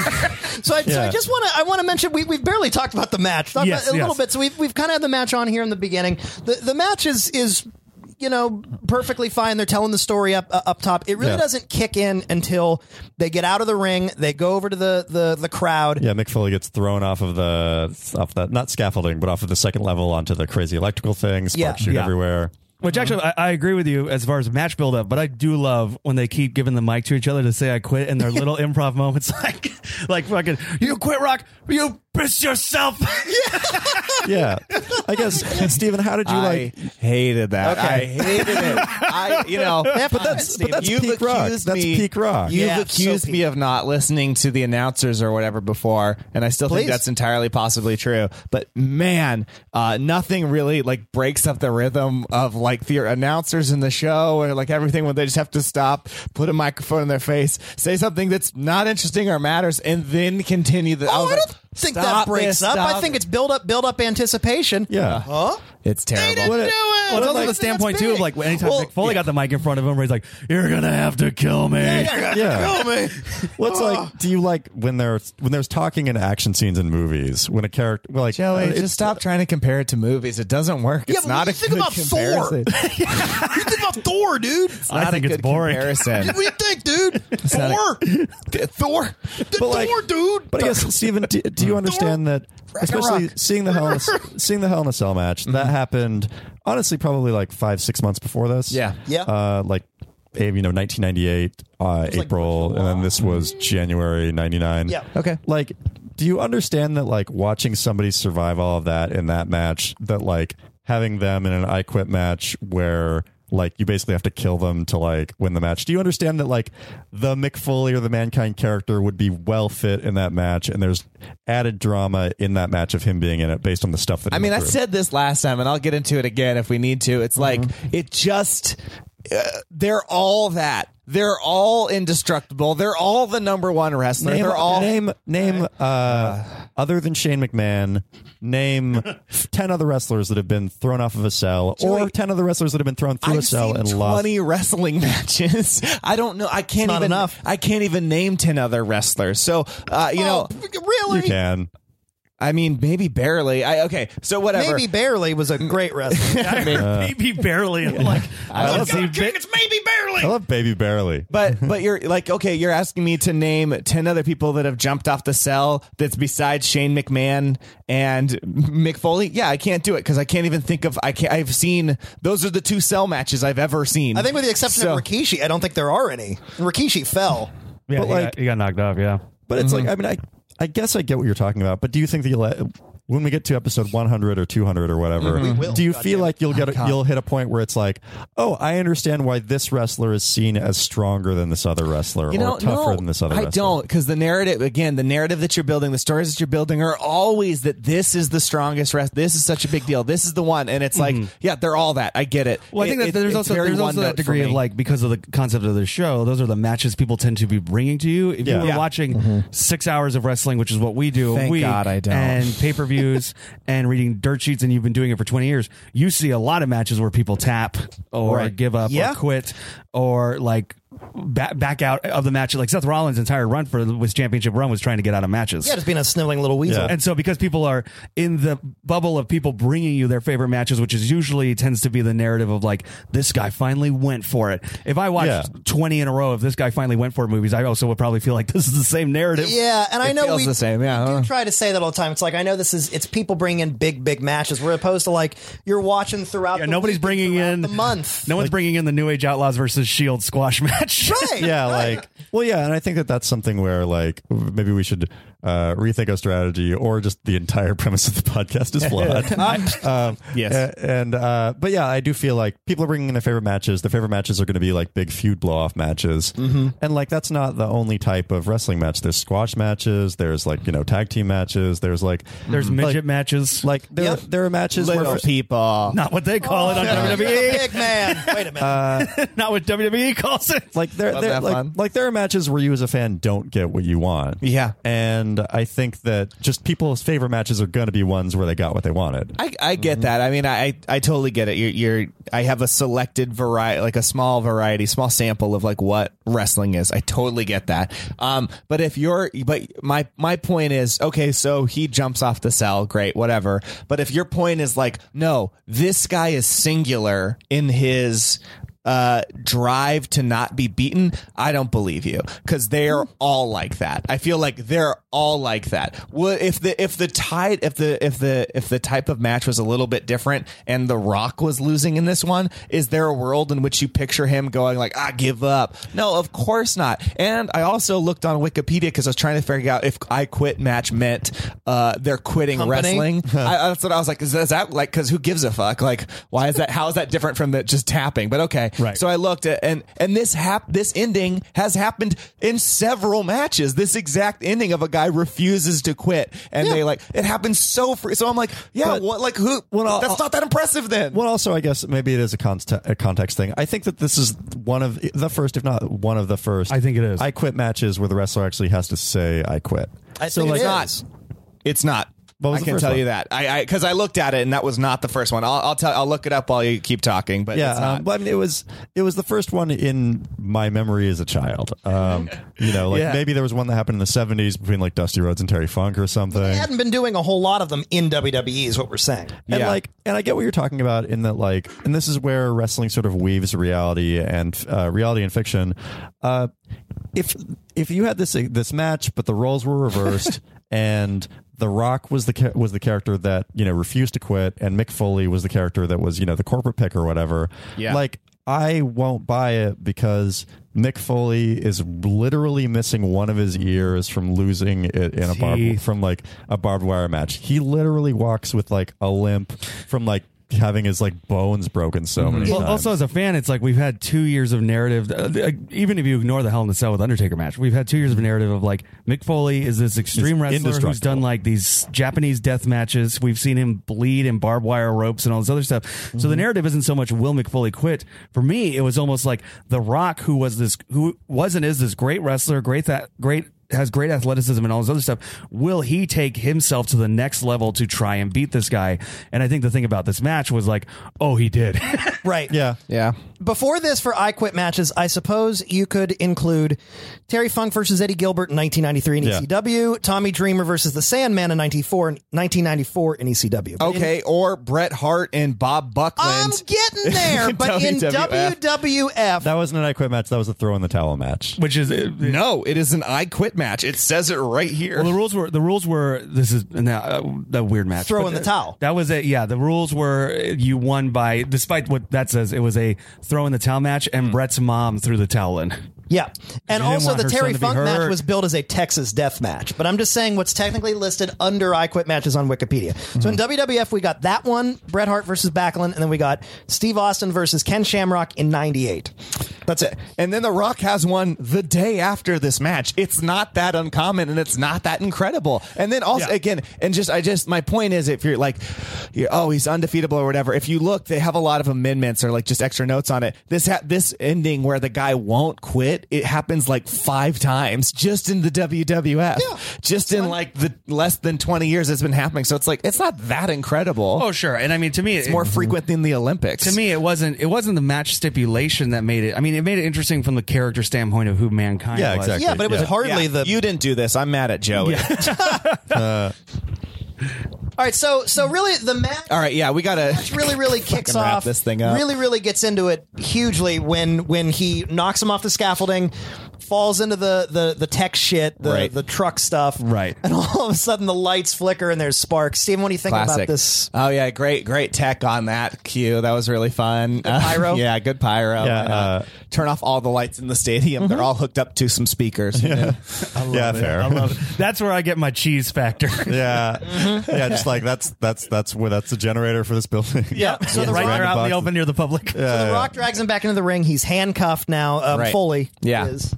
So I, so I just want to I want to mention we we've barely talked about the match Talked Yes, about it a yes. little bit. So we've we've kind of had the match on here in the beginning. The the match is is you know perfectly fine. They're telling the story up uh, up top. It really Yeah. doesn't kick in until they get out of the ring. They go over to the the the crowd. Yeah, Mick Foley gets thrown off of the off that not scaffolding, but off of the second level onto the crazy electrical thing. Sparks Yeah. shoot Yeah. everywhere. Which actually, I, I agree with you as far as match buildup, but I do love when they keep giving the mic to each other to say "I quit" and their little improv moments, like, like fucking, you quit, Rock, you piss yourself. Yeah, I guess Stephen, how did you I like? hated that. Okay. I hated it. I, you know, But that's- but that's you've peak rock. accused That's me- peak rock. You've Yeah, so accused me peak. of not listening to the announcers or whatever before, and I still Please. think that's entirely possibly true. But man, uh, nothing really like breaks up the rhythm of like the announcers in the show or like everything when they just have to stop, put a microphone in their face, say something that's not interesting or matters, and then continue the. Oh, was I don't like, think "Stop that breaks this, up. I stop think it." it's build up build up anticipation. Yeah, Huh? it's terrible. didn't do it. Well, it's also Like, the standpoint that's too of big. like anytime Well, Mick Foley got the mic in front of him, where he's like, "You're gonna have to kill me." yeah. What's Ah. like? Do you like when there's when there's talking in action scenes in movies when a character well, like uh, Joey, it's- just stop trying to compare it to movies. It doesn't work. Uh, Yeah, it's but not you a think good about Thor. comparison. you think about Thor, dude? I Not think a it's good boring. Comparison. What do you think, dude? not Thor, Thor, Thor, like- dude. But I guess Stephen, do, do you understand that? Especially rock. seeing the hell in a, seeing the Hell in a Cell match that Mm-hmm. happened, honestly, probably like five six months before this. Yeah. Yeah. Uh, like eh, you know, 1998 uh, April, and then this was January '99. Yeah. Okay. Like, do you understand that? Like watching somebody survive all of that in that match, that like having them in an I Quit match where. Like you basically have to kill them to like win the match. Do you understand that like the Mick Foley or the Mankind character would be well fit in that match, and there's added drama in that match of him being in it based on the stuff that he I mean, went I through? said this last time, and I'll get into it again if we need to. It's like Mm-hmm. it just uh, they're all that. They're all indestructible. They're all the number one wrestler. Name, they're all name name uh, other than Shane McMahon. Name ten other wrestlers that have been thrown off of a cell, or ten other wrestlers that have been thrown through a I've cell seen and lost. twenty wrestling matches. I don't know. I can't not even. enough. Oh, I can't even name ten other wrestlers. So uh, you know, really? You can. I mean, maybe barely. I okay. So whatever. Maybe barely was a great wrestler. Maybe barely. And I'm like, I don't see bit- I love Baby Barely. Mm-hmm. But but you're like okay, you're asking me to name ten other people that have jumped off the cell that's besides Shane McMahon and Mick Foley. Yeah, I can't do it because I can't even think of I can't. I've seen those are the two cell matches I've ever seen. I think with the exception So- of Rikishi, I don't think there are any. Rikishi fell. yeah, But he like- got- he got knocked off. Yeah. But it's like I Mm-hmm. mean, I I guess I get what you're talking about. But do you think that you'll let- when we get to episode 100 or 200 or whatever, Mm-hmm. will, do you goddamn feel like you'll get a, you'll hit a point where it's like, oh, I understand why this wrestler is seen as stronger than this other wrestler You know, or tougher no, than this other I wrestler? don't because the narrative again, the narrative that you're building, the stories that you're building are always that this is the strongest rest. This is such a big deal. This is the one, and it's like yeah, they're all that. I get it. Mm-hmm. Well, I It- think that it- there's it's also very there's one also note that for degree of me. like because of the concept of the show, those are the matches people tend to be bringing to you. If Yeah. you were Yeah. watching six hours of wrestling, which is what we do, a Thank week, God I don't. and pay per views and reading dirt sheets, and you've been doing it for 20 years, you see a lot of matches where people tap or Right. give up Yeah. or quit or like. Back, back out of the match like Seth Rollins' entire run for his championship run was trying to get out of matches. Yeah, just being a sniveling little weasel. And so, because people are in the bubble of people bringing you their favorite matches, which is usually tends to be the narrative of like, this guy finally went for it. If I watched Yeah. 20 in a row of this guy finally went for it movies, I also would probably feel like this is the same narrative. Yeah, and I know feels we the same, yeah. we do try to say that all the time. It's like I know this is it's people bringing in big big matches. We're opposed to like you're watching throughout. Yeah, the nobody's week and bringing throughout in the month. No one's bringing in the New Age Outlaws versus Shield E squash match. match. Right. yeah, like, well, yeah, and I think that that's something where like maybe we should uh, rethink our strategy, or just the entire premise of the podcast is flawed. um, Yes. a- and uh, but yeah, I do feel like people are bringing in their favorite matches. Their favorite matches are going to be like big feud blow off matches, mm-hmm. and like that's not the only type of wrestling match. There's squash matches. There's like you know tag team matches. There's like There's midget Mm-hmm. like, matches. Like there, there are matches Little where people. not what they call it on WWE. Oh. Big man. Wait a minute. Not what WWE calls it. like there, Love there that like, fun. like there are matches where you as a fan don't get what you want. Yeah. and I think that just people's favorite matches are going to be ones where they got what they wanted. I, I get that. I mean, I, I totally get it. You're, you're I have a selected variety, like a small variety, small sample of like what wrestling is. I totally get that. Um, but if you're, but my my point is, okay, so he jumps off the cell, great, whatever. But if your point is like, no, this guy is singular in his uh drive to not be beaten i don't believe you because they're all like that i feel like they're all like that well if the if the tide if the if the if the type of match was a little bit different and the rock was losing in this one is there a world in which you picture him going like i give up no of course not and i also looked on wikipedia because i was trying to figure out if i quit match meant uh they're quitting wrestling I, that's what i was like is, is that like because who gives a fuck like why is that how is that different from the just tapping but okay Right. so I looked at and and this hap- this ending has happened in several matches. This exact ending of a guy refuses to quit and they like it happens so free. So I'm like, yeah, But- what like who? Well, I'll- that's not that impressive then. Well, also, I guess maybe it is a, const- a context thing. I think that this is one of the first, if not one of the first. I think it is. I quit matches where the wrestler actually has to say, "I quit." I so think it's it not. is. It's not. What was I the can first tell one? you that I because I, looked at it and that was not the first one. I'll, I'll tell I'll look it up while you keep talking. But yeah, it's not. um, but I mean, it was it was the first one in my memory as a child. Um, you know, like Yeah. maybe there was one that happened in the '70s between like Dusty Rhodes and Terry Funk or something. They hadn't been doing a whole lot of them in WWE, is what we're saying. And Yeah. like, and I get what you're talking about in that, like, and this is where wrestling sort of weaves reality and uh, reality and fiction. Uh, if if you had this this match, but the roles were reversed, and The Rock was the cha- was the character that you know refused to quit, and Mick Foley was the character that was you know the corporate pick or whatever. Yeah. like I won't buy it because Mick Foley is literally missing one of his ears from losing it in a barbed Teeth. from like a barbed wire match. He literally walks with like a limp from like having his like bones broken so many Well, times. also as a fan, it's like we've had two years of narrative. uh, uh, even if you ignore the Hell in the Cell with Undertaker match, we've had two years of narrative of like Mick Foley is this extreme wrestler who's indestructible. done like these Japanese death matches. We've seen him bleed in barbed wire ropes and all this other stuff. So the narrative isn't so much will Mick Foley quit. For me, it was almost like The Rock, who was this, who was and is this great wrestler, great that great. Has great athleticism and all this other stuff. Will he take himself to the next level to try and beat this guy? And I think the thing about this match was like, oh, he did. Right. yeah. yeah. Before this, for I Quit matches, I suppose you could include Terry Funk versus Eddie Gilbert in 1993 in Yeah. ECW, Tommy Dreamer versus The Sandman in 94 and 1994 in E ECW. Oh, Okay, or Bret Hart and Bob Buckland. I'm Um, getting there, but in WWF. WWF, That wasn't an I quit match. That was a throw in the towel match. which is uh, no, it is an I quit match. It says it right here. Well, the rules were the rules were this is now uh, that weird match. Throw but in the th- towel. That was it. Yeah, the rules were uh, you won by despite what that says. It was a throw in the towel match, and Brett's mom threw the towel in. Yeah. didn't And also, want the her son Terry to be Funk match hurt. was billed as a Texas death match. But I'm just saying what's technically listed under I Quit matches on Wikipedia. So in WWF, we got that one, Bret Hart versus Backlund, and then we got Steve Austin versus Ken Shamrock in 98. That's it. And then The Rock has one the day after this match. It's not that uncommon and it's not that incredible. And then also, Yeah. again, and just, I just, my point is if you're like, you're, oh, he's undefeatable or whatever, if you look, they have a lot of amendments or like just extra notes on it. This, ha- this ending where the guy won't quit, it happens like five times just in the WWF. Yeah. Just in like the less than 20 years it's been happening. So it's like, it's not that incredible. Oh sure, and I mean to me it's more frequent than the Olympics. To me, it wasn't it wasn't the match stipulation that made it. I mean, it made it interesting from the character standpoint of who mankind. Yeah, was. exactly. Yeah, but it was Yeah. hardly Yeah, the. you didn't do this. I'm mad at Joey. All right, so so really the match. All right, yeah, we gotta Really, really kicks wrap off. this thing up. Really, really gets into it hugely when when he knocks him off the scaffolding, falls into the the the tech shit, the Right. the truck stuff, Right. And all of a sudden, the lights flicker and there's sparks. Steven, what do you think about Classic. this? Oh yeah, great, great tech on that cue. That was really fun. pyro? yeah, good pyro. Yeah, uh, turn off all the lights in the stadium. Mm-hmm. They're all hooked up to some speakers. Yeah. yeah, fair. I love it. That's where I get my cheese factor. Yeah, yeah. Just like that's that's that's where that's the generator for this building. Yeah. So the right rock, there out in boxes. the open near the public. so the rock drags him back into the ring. He's handcuffed now. Um, Uh, Right. Foley. Yeah. is.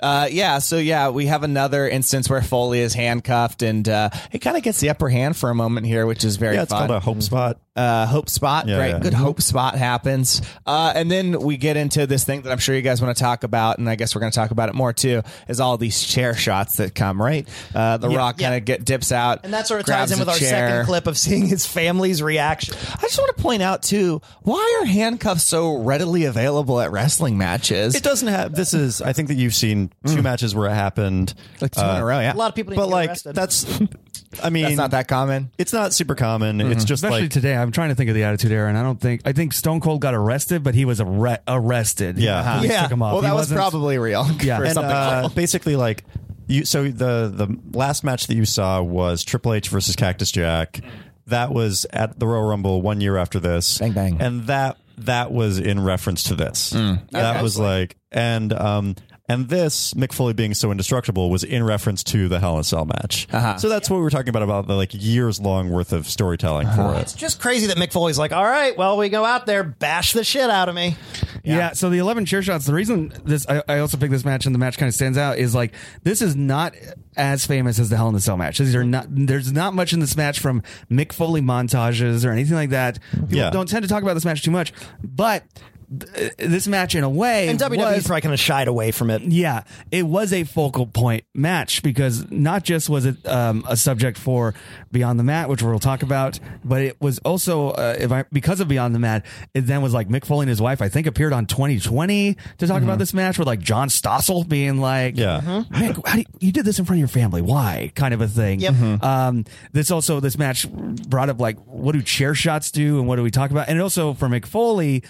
Uh, yeah, so yeah, we have another instance where Foley is handcuffed and uh, he kind of gets the upper hand for a moment here, which is very yeah. It's fun. called a hope spot. uh, hope spot, Yeah, right? yeah. Good hope spot happens, uh, and then we get into this thing that I'm sure you guys want to talk about, and I guess we're going to talk about it more too. Is all these chair shots that come, right? Uh, the Rock yeah. kind of get dips out, And that sort of grabs ties in a with our chair. second clip of seeing his family's reaction. I just want to point out too, why are handcuffs so readily available at wrestling matches? It doesn't have. This is. I think that you've seen two matches where it happened. like two in a row, yeah. A lot of people, need to but get like arrested. that's. I mean, That's not that common. It's not super common. It's just Especially like today, I'm trying to think of the Attitude Era, and I don't think I think Stone Cold got arrested, but he was arre- arrested. Yeah. the police Yeah. took him off. Well, He that was wasn't- probably real. Yeah. for And, something uh, like- basically like you so the the last match that you saw was Triple H versus Cactus Jack. That was at the Royal Rumble one year after this. Bang, bang. Mm. And that that was in reference to this. That was like and um and this Mick Foley being so indestructible was in reference to the Hell in a Cell match. Uh-huh. So that's what we were talking about about the like years long worth of storytelling Uh-huh. for it. it's just crazy that Mick Foley's like, all right, well, we go out there, bash the shit out of me. Yeah. so the 11 chair shots, the reason this, I, I also picked this match and the match kind of stands out is like, this is not as famous as the Hell in a Cell match. These are not, there's not much in this match from Mick Foley montages or anything like that. People Yeah. don't tend to talk about this match too much, but th- this match in a way. And E WWE's was, probably kind of shied away from it. yeah, it was a focal point match because not just was it um, a subject for Beyond the Mat, which we'll talk about, but it was also uh, if I because of Beyond the Mat, it then was like Mick Foley and his wife I think appeared on 2020 to talk about this match with like John Stossel being like, Yeah. Mhm. Mick, how do you, you did this in front of your family? Why?" kind of a thing. Mm-hmm. Yep. Mhm. Um, this also this match brought up like what do chair shots do and what do we talk about, and it also for Mick Foley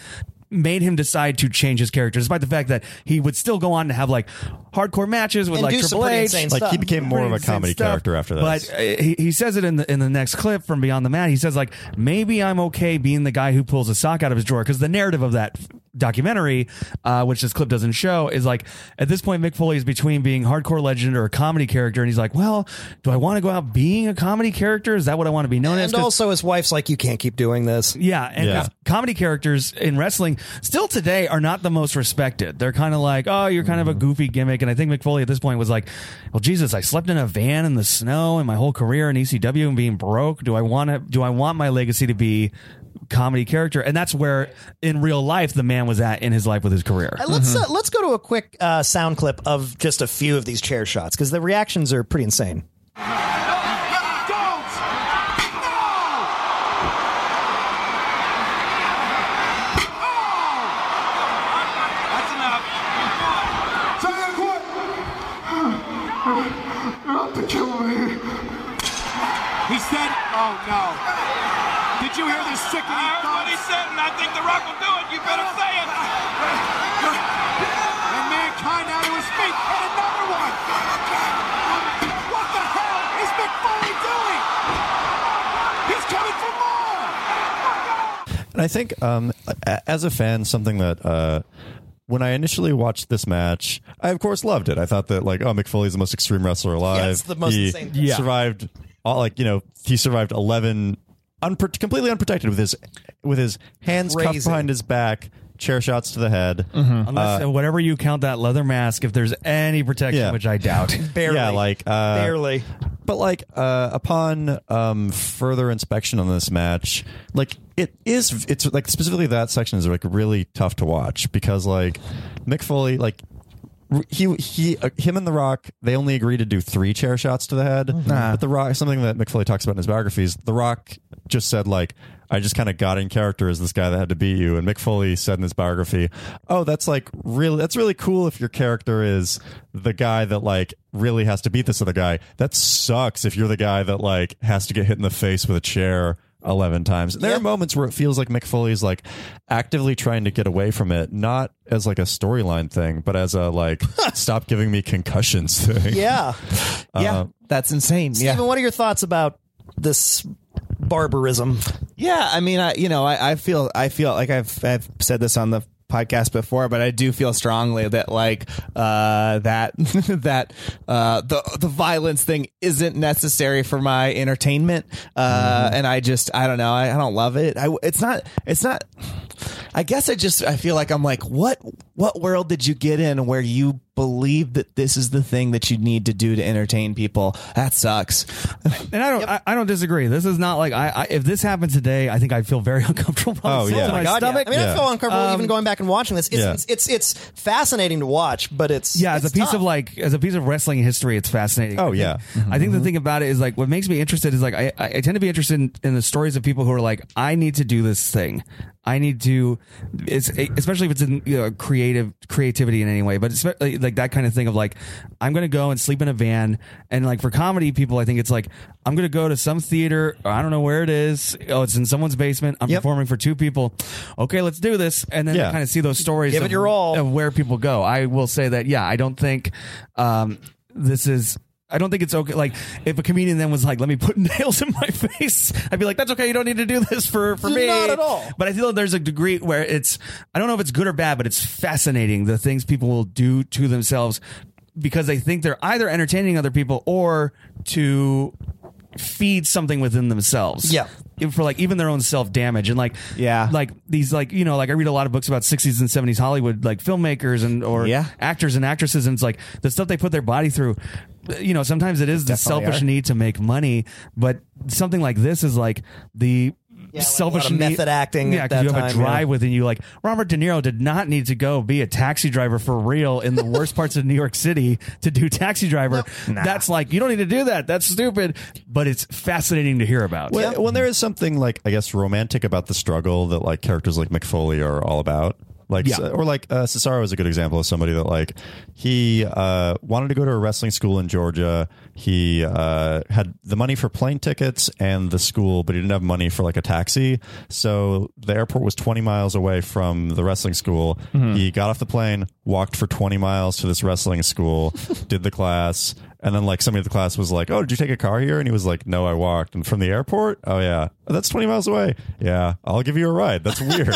made him decide to change his character, despite the fact that he would still go on to have like hardcore matches with And like do some Triple pretty H. insane Like he Stuff. became more of a Pretty insane comedy stuff. character after this. But uh, he, he says it in the in the next clip from Beyond the Mat. He says like maybe I'm okay being the guy who pulls a sock out of his drawer because the narrative of that f- documentary, uh, which this clip doesn't show, is like at this point Mick Foley is between being hardcore legend or a comedy character, and he's like, well, do I want to go out being a comedy character? Is that what I want to be known as? And 'Cause- also, his wife's like, you can't keep doing this. Uh, yeah, and Yeah. comedy characters in wrestling still today are not the most respected. They're kind of like, oh, you're kind of Mm-hmm. a goofy gimmick. And I think McFoley at this point was like, well, Jesus, I slept in a van in the snow and my whole career in ECW and being broke. Do I want to? Do I want my legacy to be comedy character? And that's where in real life the man was at in his life with his career. Uh, Let's Mm-hmm. uh, let's go to a quick uh, sound clip of just a few of these chair shots because the reactions are pretty insane. He said, oh no. Did you hear the sickening I heard what he said, and I think The Rock will do it. You better say it. And mankind out to his feet. And another one. What the hell is McFoley doing? He's coming for more. And I think, um, a- as a fan, something that uh, when I initially watched this match, I of course loved it. I thought that like, oh, McFoley's the most extreme wrestler alive. Yeah, it's the most he insane thing. Yeah. survived all like you know he survived eleven, unpro- completely unprotected with his with his hands cuffed Crazy. Mm-hmm. behind his back, chair shots to the head. Unless uh, whatever you count that leather mask, if there's any protection, Yeah. which I doubt. Barely, Yeah, like uh, barely. But like uh, upon um, further inspection on this match, like it is, it's like specifically that section is like really tough to watch because like Mick Foley, like r- he he uh, him and The Rock, they only agree to do three chair shots to the head. But The Rock, something that Mick Foley talks about in his biographies, The Rock just said like. I just kind of got in character as this guy that had to beat you. And Mick Foley said in his biography, "Oh, that's like really that's really cool if your character is the guy that like really has to beat this other guy. That sucks if you're the guy that like has to get hit in the face with a chair 11 times. There Yeah. are moments where it feels like Mick Foley's like actively trying to get away from it, not as like a storyline thing, but as a like stop giving me concussions thing. Yeah. yeah, that's insane. Yeah, Stephen, what are your thoughts about this barbarism? Yeah, I mean, I you know, I, I feel I feel like I've I've said this on the podcast before, but I do feel strongly that like uh, that that uh, the the violence thing isn't necessary for my entertainment, uh, and I just I don't know, I, I don't love it. I it's not it's not. I guess I just I feel like I'm like what what world did you get in where you believe that this is the thing that you need to do to entertain people? That sucks. And I don't, I, I don't disagree. This is not like I, I. If this happened today, I think I'd feel very uncomfortable. Oh, yeah. my Oh my God, stomach. I mean, I Yeah. feel uncomfortable Um, even going back and watching this. It's, Yeah. it's, it's it's fascinating to watch, but it's yeah, it's as a piece tough. of like as a piece of wrestling history, it's fascinating. Oh, I think- yeah. I think the thing about it is like what makes me interested is like I, I I tend to be interested in, in the stories of people who are like I need to do this thing. I need to, it's, especially if it's in you know, creative creativity in any way, but it's like, like that kind of thing of like I'm gonna go and sleep in a van and like for comedy people, I think it's like I'm gonna go to some theater. Or I don't know where it is. Oh, it's in someone's basement. I'm performing for two people. Okay, let's do this, and then Yeah. kind of see those stories. Give it of- your all. of where people go. I will say that, yeah, I don't think um, this is. I don't think it's okay. Like, if a comedian then was like, "Let me put nails in my face," I'd be like, "That's okay. You don't need to do this for for me." Not at all. But I feel there's a degree where it's. I don't know if it's good or bad, but it's fascinating the things people will do to themselves because they think they're either entertaining other people or to feed something within themselves. Yeah. For like even their own self damage and like Yeah. like these like you know like I read a lot of books about 60s and 70s Hollywood like filmmakers and or Yeah. actors and actresses and it's like the stuff they put their body through you know sometimes it is the Definitely selfish are. need to make money but something like this is like the like selfish a lot of need- method acting yeah at 'cause that you have time, a drive yeah. within you like Robert De Niro did not need to go be a taxi driver for real in the worst parts of New York City to do taxi driver that's like you don't need to do that that's stupid but it's fascinating to hear about When, when there is something like I guess romantic about the struggle that like characters like McFoley are all about. Like Yeah. or like uh, Cesaro is a good example of somebody that like he uh, wanted to go to a wrestling school in Georgia. He uh, had the money for plane tickets and the school, but he didn't have money for like a taxi. So the airport was 20 miles away from the wrestling school. He got off the plane, walked for 20 miles to this wrestling school, did the class, and then like somebody at the class was like, "Oh, did you take a car here?" And he was like, "No, I walked." And from the airport, oh yeah, "Oh, that's twenty miles away. Yeah, I'll give you a ride. That's weird.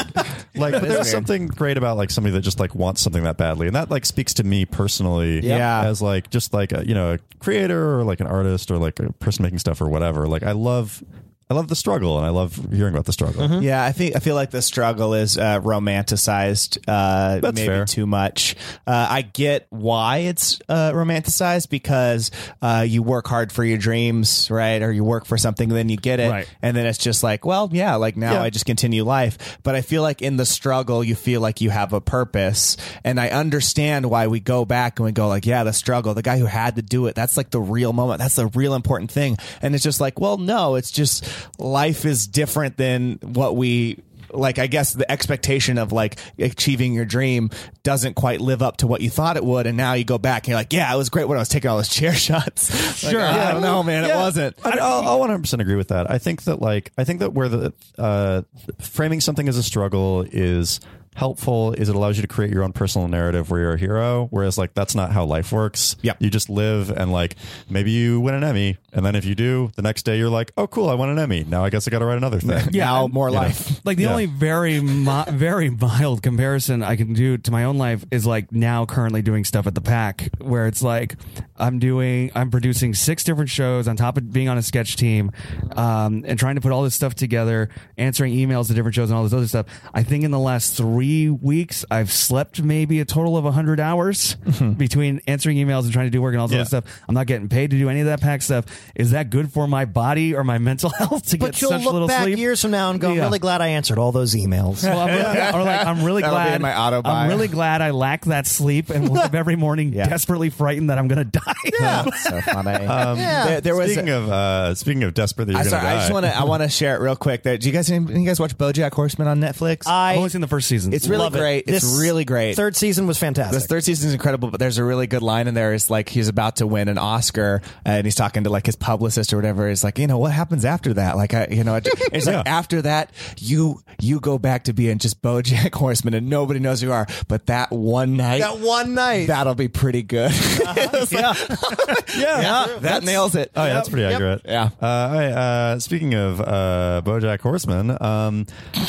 like, but there's something great about like somebody that just like wants something that badly, and that like speaks to me personally. Yeah. as like just like a, you know a creator or like an artist or like a person making stuff or whatever. Like I love. I love the struggle, and I love hearing about the struggle. Yeah, I think I feel like the struggle is uh, romanticized, uh, That's maybe fair. too much. Uh, I get why it's uh, romanticized because uh, you work hard for your dreams, right? Or you work for something, then you get it, Right. and then it's just like, well, yeah, like now Yeah. I just continue life. But I feel like in the struggle, you feel like you have a purpose, and I understand why we go back and we go like, yeah, the struggle, the guy who had to do it, that's like the real moment, that's the real important thing, and it's just like, well, no, it's just life is different than what we. Like I guess the expectation of like achieving your dream doesn't quite live up to what you thought it would, and now you go back and you're like, yeah, it was great when I was taking all those chair shots. Like, Sure. I don't know, man, it Yeah. wasn't. I, I'll, I'll 100% agree with that. I think that like I think that where the uh, framing something as a struggle is helpful is it allows you to create your own personal narrative where you're a hero whereas like that's not how life works Yep. you just live and like maybe you win an emmy and then if you do the next day you're like oh cool i won an emmy now i guess i gotta write another thing Yeah, now and- more know. life. Like the Yeah. only very mi- very mild comparison I can do to my own life is like now currently doing stuff at the pack where it's like I'm doing I'm producing six different shows on top of being on a sketch team um, and trying to put all this stuff together, answering emails to different shows and all this other stuff. I think in the last three weeks I've slept maybe a total of hundred hours between answering emails and trying to do work and all this Mm-hmm. Yeah. other stuff. I'm not getting paid to do any of that pack stuff. Is that good for my body or my mental health to But get you'll such look little back sleep? years from now and go, Yeah. "I'm really glad I answered all those emails." Well, I'm really, or like I'm really That'll be glad in my auto buy. I'm really glad I lack that sleep and wake up every morning Yeah. desperately frightened that I'm gonna die. so funny. Yeah. there, there was. speaking of uh speaking of desperate that you're I, gonna Um, sorry, die I just want to. I want to share it real quick. That do you guys? any- You guys watch BoJack Horseman on Netflix? I've I only seen the first season. It's really Love it. great. it's This really great. Third season was fantastic. This third season is incredible, but there's a really good line in there. It's like he's about to win an Oscar, and he's talking to like his publicist or whatever. He's like, you know, what happens after that? Like, I, you know, I- it's like after that, you you go back to being just BoJack Horseman, and nobody knows who you are. But that one night, that one night. that'll be pretty good. yeah, Yeah. that nails it. Oh yeah, that's pretty accurate. Yeah. Uh, all right. Uh, speaking of uh, BoJack Horseman, um,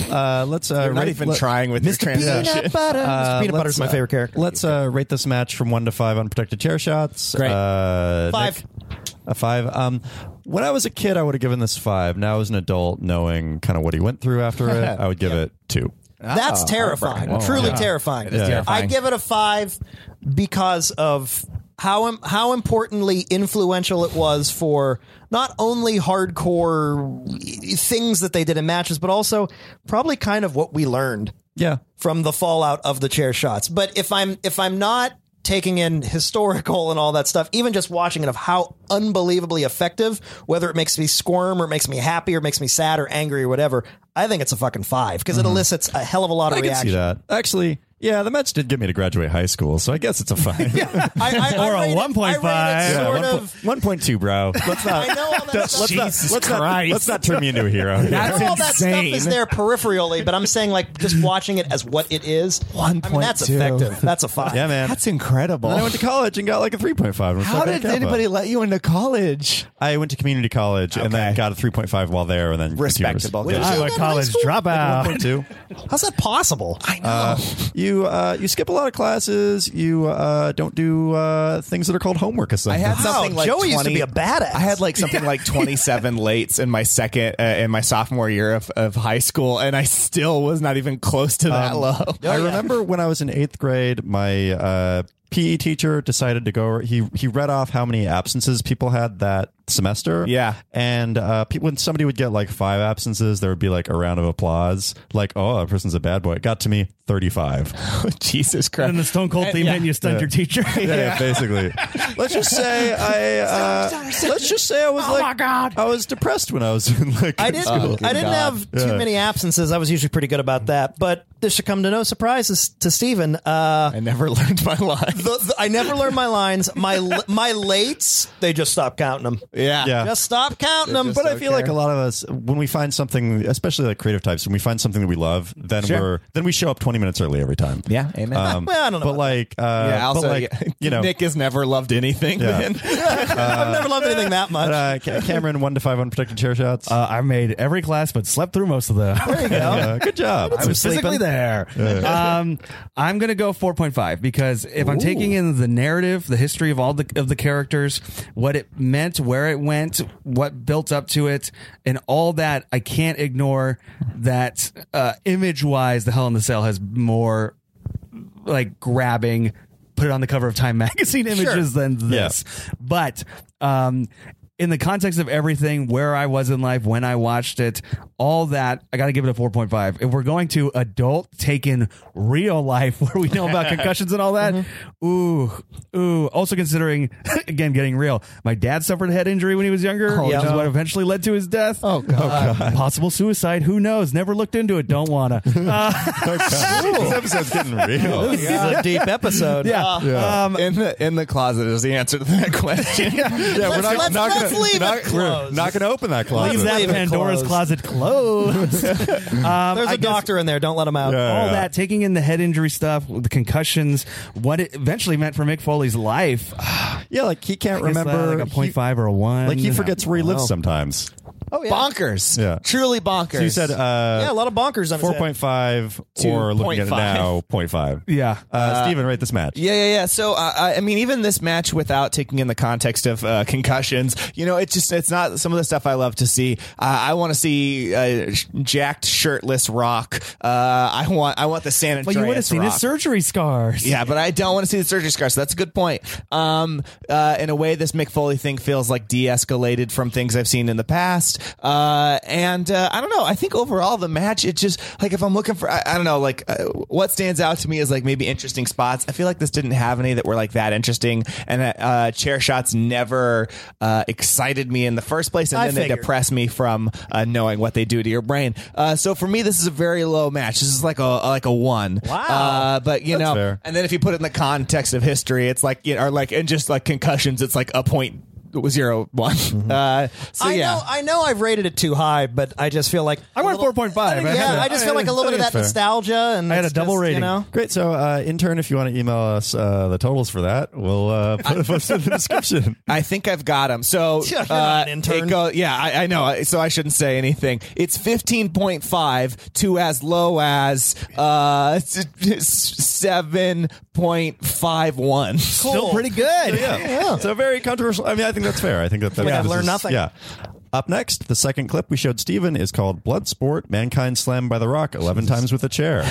uh, let's. Uh, I'm not rate- even let- trying with this transition. Peanut butter. Uh, Peanut let's, butter's my uh, favorite character. Let's uh, rate this match from one to five on protected chair shots. Great. Uh, Five. Nick, a five. Um, when I was a kid, I would have given this five. Now, as an adult, knowing kind of what he went through after it, I would give it two. Ah. That's terrifying. heartbreaking. Oh, Truly Yeah. terrifying. It is terrifying. I give it a five because of how im- how importantly influential it was for not only hardcore e-, things that they did in matches, but also probably kind of what we learned Yeah. from the fallout of the chair shots. But if I'm if I'm not taking in historical and all that stuff, even just watching it of how unbelievably effective, whether it makes me squirm or it makes me happy or makes me sad or angry or whatever, I think it's a fucking five because it elicits a hell of a lot of Mm-hmm. I can reaction. see that. Actually, yeah, the match did get me to graduate high school, so I guess it's a five. I, I, Or a I rate it- 1.5. I rate it Yeah, sort one, of. po- 1.2, bro. Let's not. I know all that stuff. Let's not, Jesus let's, not, Christ. let's not turn me into a hero. I know all that stuff insane. is there peripherally, but I'm saying like just watching it as what it is. I mean, that's 1.2. effective. That's a five. yeah, man. That's incredible. And I went to college and got like a 3.5. and was How like, did okay, anybody but- let you into college? I went to community college and then Okay. got a 3.5 while there and then Respectable. computers. Yeah. I'm a Like college dropout. 1.2. How's that possible? I know. You uh, you skip a lot of classes. You uh, don't do uh, things that are called homework I assignments. had something like Joey used to 20 be a badass. I had like something like 27 lates in my second uh, in my sophomore year of, of high school, and I still was not even close to that low. Um, I remember when I was in eighth grade, my uh, PE teacher decided to go. He he read off how many absences people had that semester. Yeah. and uh, pe- when somebody would get like five absences, there would be like a round of applause, like "Oh, that person's a bad boy." It got to me thirty-five. Jesus Christ! And the Stone Cold theme hit and you stunned your teacher. Yeah, basically. let's just say I. Uh, let's just say I was like, my God. I was depressed when I was in like. I didn't. school. I didn't have too many absences. I was usually pretty good about that. But this should come to no surprises to Steven. Uh, I never learned my life. the, the- I never learned my lines. My l- my lates, they just stopped counting them. yeah, Yeah. Just stop counting them. but I feel like a lot of us, when we find something, especially like creative types, when we find something that we love, then Sure. we're then we show up twenty minutes early every time. yeah. Amen. Um, Well, I don't know But about like, uh, yeah. Also, but like, yeah. you know, uh, Nick has never loved anything. Yeah. man. I've never loved anything that much. but, uh, Ca- Cameron one to five unprotected chair shots. Uh, I made every class, but slept through most of them. Uh, good job. I was physically there. Um, I'm gonna go 4.5 because if I'm taking in the narrative, the history of all the of the characters, what it meant, where it went, what built up to it, and all that, I can't ignore that. Uh, image wise, the Hell in the Cell has more like grabbing, put it on the cover of Time magazine images than this. But um, in the context of everything, where I was in life, when I watched it, all that, I got to give it a 4.5. If we're going to adult taken real life where we know about concussions and all that, ooh, ooh. Also considering, again, getting real, my dad suffered a head injury when he was younger, which is yeah. what eventually led to his death. Oh, God. possible suicide. Who knows? Never looked into it. Don't want to. this episode's getting real. this is a deep episode. Yeah. Um, Oh, in the in the closet is the answer to that question. Yeah, Let's- let's- let's leave it not, we're closed. not gonna open that closet. leaves that Leave it Pandora's closet closed. closed. There's a doctor in there. Don't let him out. Yeah. All that, taking in the head injury stuff, the concussions, what it eventually meant for Mick Foley's life. Yeah, like he can't I guess, uh, remember like a he- point five or a one. Like he forgets where he lives sometimes. Oh yeah. bonkers. Yeah. Truly bonkers. So you said uh, Yeah, a lot of bonkers on his four head. point five or looking at it 2.5. now, 0.5. Yeah. Uh, Steven, rate this match. Yeah, yeah, yeah. So uh, I I mean, even this match, without taking in the context of uh, concussions, you know, it's just it's not some of the stuff I love to see. Uh, I want to see uh, sh- jacked, shirtless Rock. Uh, I want, I want the San Andreas. But you would have seen rock. his surgery scars. Yeah, but I don't want to see the surgery scars. So that's a good point. Um, uh, in a way, this Mick Foley thing feels like de-escalated from things I've seen in the past. first. Uh, and uh, I don't know. I think overall the match, it just like if I'm looking for, I, I don't know, like uh, what stands out to me is like maybe interesting spots. I feel like this didn't have any that were like that interesting, and uh, chair shots never uh, excited me in the first place, and I then they figured. depress press me from uh, knowing what they do to your brain. Uh, so for me, this is a very low match. This is like a like a one. Wow. Uh, but you know, fair. and then if you put it in the context of history, it's like you know, or like and just like concussions, it's like a point zero one. Uh, so I yeah. know, I know, I've rated it too high, but I just feel like I a went little- 4.5. I had Yeah, a- I just feel like a little bit of that fair. nostalgia, and I had it's a double just, You rating. know, Great. So, uh, intern, if you want to email us uh, the totals for that, we'll uh, put it in the description. I think I've got him. So You're not uh, an intern. it go- yeah, I, I know. I- So I shouldn't say anything. It's fifteen point five to as low as uh, seven point five one. Still pretty good. yeah. So very controversial. I mean, I think that's fair. I think that, that Like, I've this learned is- nothing. Yeah. Up next, the second clip we showed Steven is called Bloodsport Mankind Slammed by the Rock 11 Times with a Chair.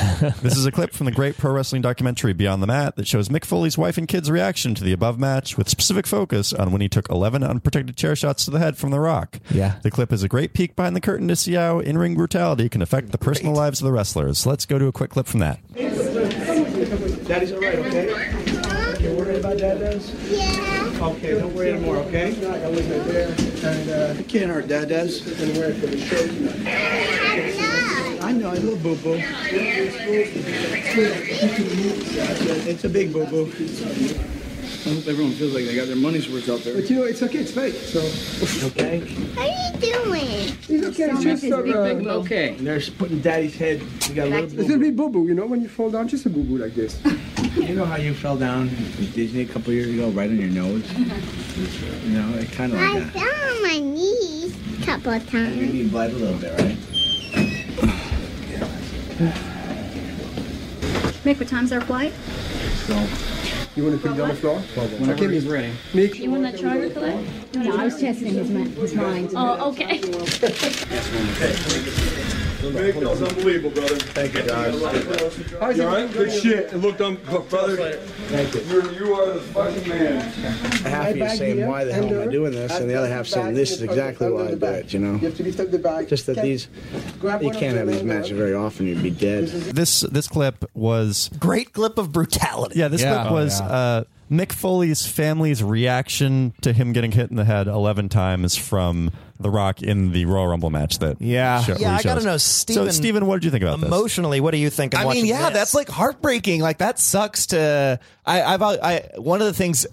this is a clip from the great pro wrestling documentary Beyond the Mat that shows Mick Foley's wife and kids' reaction to the above match with specific focus on when he took 11 unprotected chair shots to the head from The Rock. Yeah. The clip is a great peek behind the curtain to see how in ring brutality can affect the personal lives of the wrestlers. Let's go to a quick clip from that. Daddy's all right, okay? You worried about dad, Daz? Yeah. Okay, don't worry anymore, okay? I got one right there, and uh, it can't hurt, Dad, Daz. Gonna wear it for the show tonight. I know, it's a little boo boo. It's a big boo boo. I hope everyone feels like they got their money's worth out there. But you know, it's okay, it's fake. So okay, What are you doing? he's okay. It's just uh, Okay. they're just putting Daddy's head. You got a little It's a big boo boo, you know, when you fall down, just a boo boo like this. You know how you fell down at Disney a couple years ago, right on your nose? You know, it kind of I like that. fell on my knees a couple of You times. need blood a little bit, right? Mick, what time's our flight? So, You want to put it on the floor? whenever he's ready. You want to try to collect? No, I was testing his, his mind. Oh, okay. That was unbelievable, brother. Thank you, guys. You all right? Good shit. And look, I'm, look, brother, Thank you. You're, you are the fucking man. Half of you saying, why the hell am I doing this? And the other half saying, this is exactly why I do it, you know? to lift up the bag. Just that these, you can't have these matches very often, you'd be dead. This this clip was great clip of brutality. Yeah, this Yeah. clip Oh, was uh, Mick Foley's family's reaction to him getting hit in the head 11 times from The Rock in the Royal Rumble match. That Yeah. sho- Yeah, we I gotta chose. know, So, Steven- Steven, what did you think about this? Emotionally, what do you think? of I mean, watching yeah, this? that's like heartbreaking. Like that sucks to. I, I've uh, I one of the things.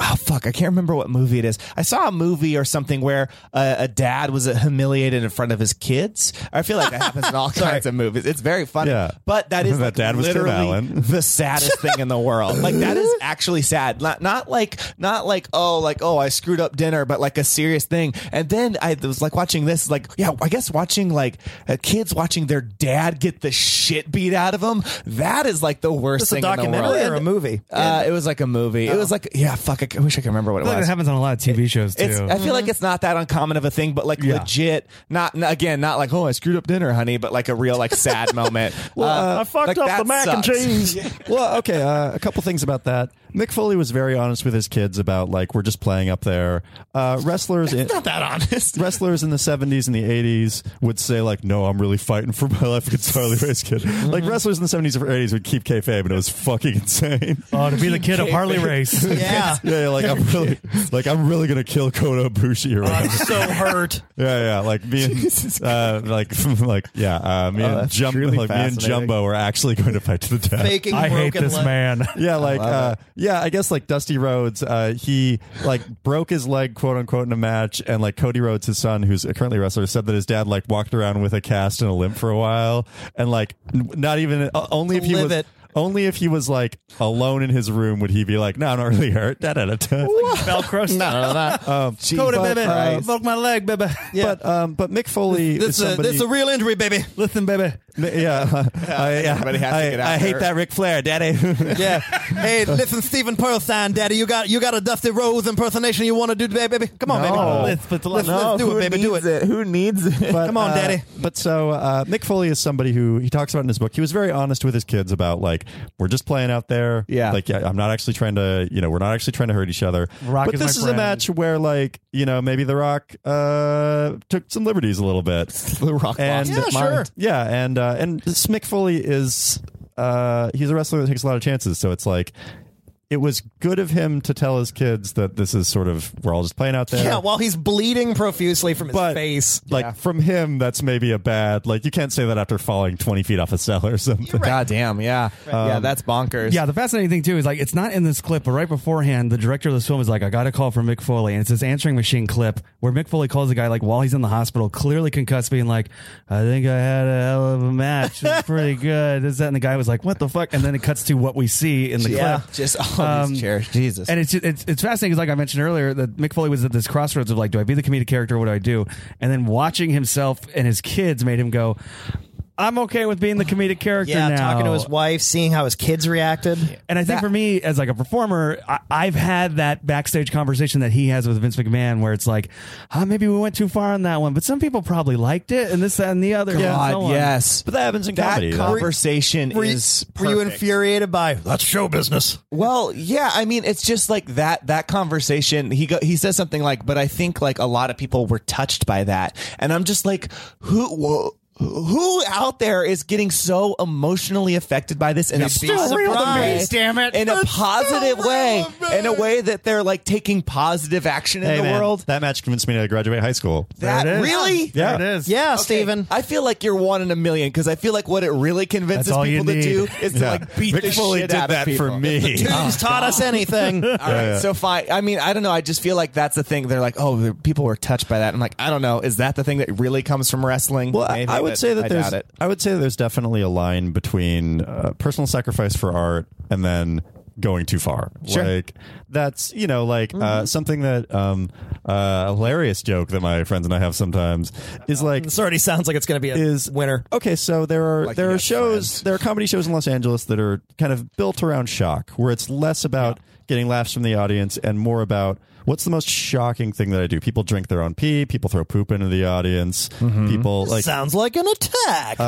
Oh fuck! I can't remember what movie it is. I saw a movie or something where uh, a dad was humiliated in front of his kids. I feel like that happens in all kinds of movies. It's very funny, Yeah. but that is That like, dad was Tim literally Allen. the saddest thing in the world. Like that is actually sad. Not not like not like oh like oh I screwed up dinner, but like a serious thing. And then I was like watching this, like yeah, I guess watching like uh, kids watching their dad get the shit beat out of them. That is like the worst Is this thing a in the documentary world. or a movie? Oh. Uh, it was like a movie. It was like yeah, fuck. I c- I wish I could remember what it That was. happens on a lot of TV shows too. It's, I feel like it's not that uncommon of a thing, but like legit, not n- again, not like oh I screwed up dinner, honey, but like a real like sad moment. Uh, like, that sucks. well, okay, uh, a couple things about that. Mick Foley was very honest with his kids about like we're just playing up there. Uh, wrestlers, in, Not that honest. wrestlers in the 70s and the 80s would say like no i'm really fighting for my life against harley race kid Mm-hmm. like wrestlers in the 70s and 80s would keep kayfabe and it was fucking insane oh, to be the kid of Harley Race. yeah. yeah, yeah, like i'm really like i'm really gonna kill kota bushi Oh, or whatever so hurt. yeah yeah like me and uh, like like yeah uh, me, Oh, and that's Jum- truly like, me and fascinating. jumbo are actually going to fight to the death Faking I hate broken this leg. man. yeah, like uh, yeah, I guess like Dusty Rhodes, uh, he like broke his leg, quote unquote, in a match, and like Cody Rhodes, his son, who's currently a wrestler, said that his dad like walked around with a cast and a limp for a while, and like n- not even uh, only if he live was. it. Only if he was like alone in his room would he be like, "No, I'm not really hurt." Da da da da. Velcro. no, no, no. Um, Cody, but, baby. uh, Christ. broke my leg, baby. But um, but Mick Foley This is is a, somebody. this is a real injury, baby. Listen, baby, yeah, I, Everybody has to I- get out I hate there. that Ric Flair, Daddy. yeah. Hey, listen, Stephen Pearlstein, Daddy, you got you got a Dusty Rose impersonation you want to do today, baby? Come on, No. baby. Let's- but let's, let's do it, baby. Do it. Who needs it? But, Come on, uh, Daddy. But so uh, Mick Foley is somebody who he talks about in his book. He was very honest with his kids about like we're just playing out there. Yeah. like yeah, I'm not actually trying to you know we're not actually trying to hurt each other. Rock but is this my is a friend. match where like you know maybe The Rock uh, took some liberties a little bit. The Rock and lost Yeah, his sure. mind. yeah, and uh, and this Mick Foley is uh, he's a wrestler that takes a lot of chances. So it's like. It was good of him to tell his kids that this is sort of we're all just playing out there. Yeah, while he's bleeding profusely from his But- face. Like from him, that's maybe a bad. Like you can't say that after falling twenty feet off a cell or something. God damn, yeah, yeah, that's bonkers. Yeah, the fascinating thing too is like it's not in this clip, but right beforehand, the director of this film is like, "I got a call from Mick Foley," and it's this answering machine clip where Mick Foley calls the guy like while he's in the hospital, clearly concussed, being like, "I think I had a hell of a match. It was pretty good." Is that? And the guy was like, "What the fuck?" And then it cuts to what we see in the yeah, clip. oh, just all Um, these chairs, Jesus. And it's, it's it's fascinating because, like I mentioned earlier, that Mick Foley was at this crossroads of like, do I be the comedic character or what do I do? And then watching himself and his kids made him go, I'm okay with being the comedic character Yeah, now. talking to his wife, seeing how his kids reacted. And I think for me, as like a performer, I, I've had that backstage conversation that he has with Vince McMahon, where it's like, ah, maybe we went too far on that one, but some people probably liked it, and this, that, and the other. and so God, on. yes. But that happens in that comedy. though. conversation Were you- is were you perfect. infuriated by that's show business? Well, yeah, I mean, it's just like that that conversation. He go, he says something like, "But I think like a lot of people were touched by that," and I'm just like, who. wha- who out there is getting so emotionally affected by this in a still positive real to way? me, damn it. In a It's positive still real way, to me. in a way that they're like taking positive action in hey the man, world. that match convinced me to graduate high school. That There it is. really, Yeah. There it is. Yeah, Steven. I feel like you're one in a million because I feel like what it really convinces That's all you people to do need. is to Yeah. like beat Mick the Foley shit did out that of people. for me. Who's taught us anything? All right, so fine. I mean, I don't know. I just feel like that's the thing. They're like, oh, the people were touched by that. I'm like, I don't know. Is that the thing that really comes from wrestling? Well, I- Maybe, I would but say that I there's. doubt it. I would say that there's definitely a line between uh, personal sacrifice for art and then going too far. Sure. Mm-hmm. Like that's you know like uh, something that um, uh, hilarious joke that my friends and I have sometimes is like this already sounds like it's going to be a is winner. Okay, so there are Like there you are got shows, friends. there are comedy shows in Los Angeles that are kind of built around shock, where it's less about getting laughs from the audience and more about what's the most shocking thing that I do. People drink their own pee, people throw poop into the audience, Mm-hmm. people like sounds like Uh, an attack.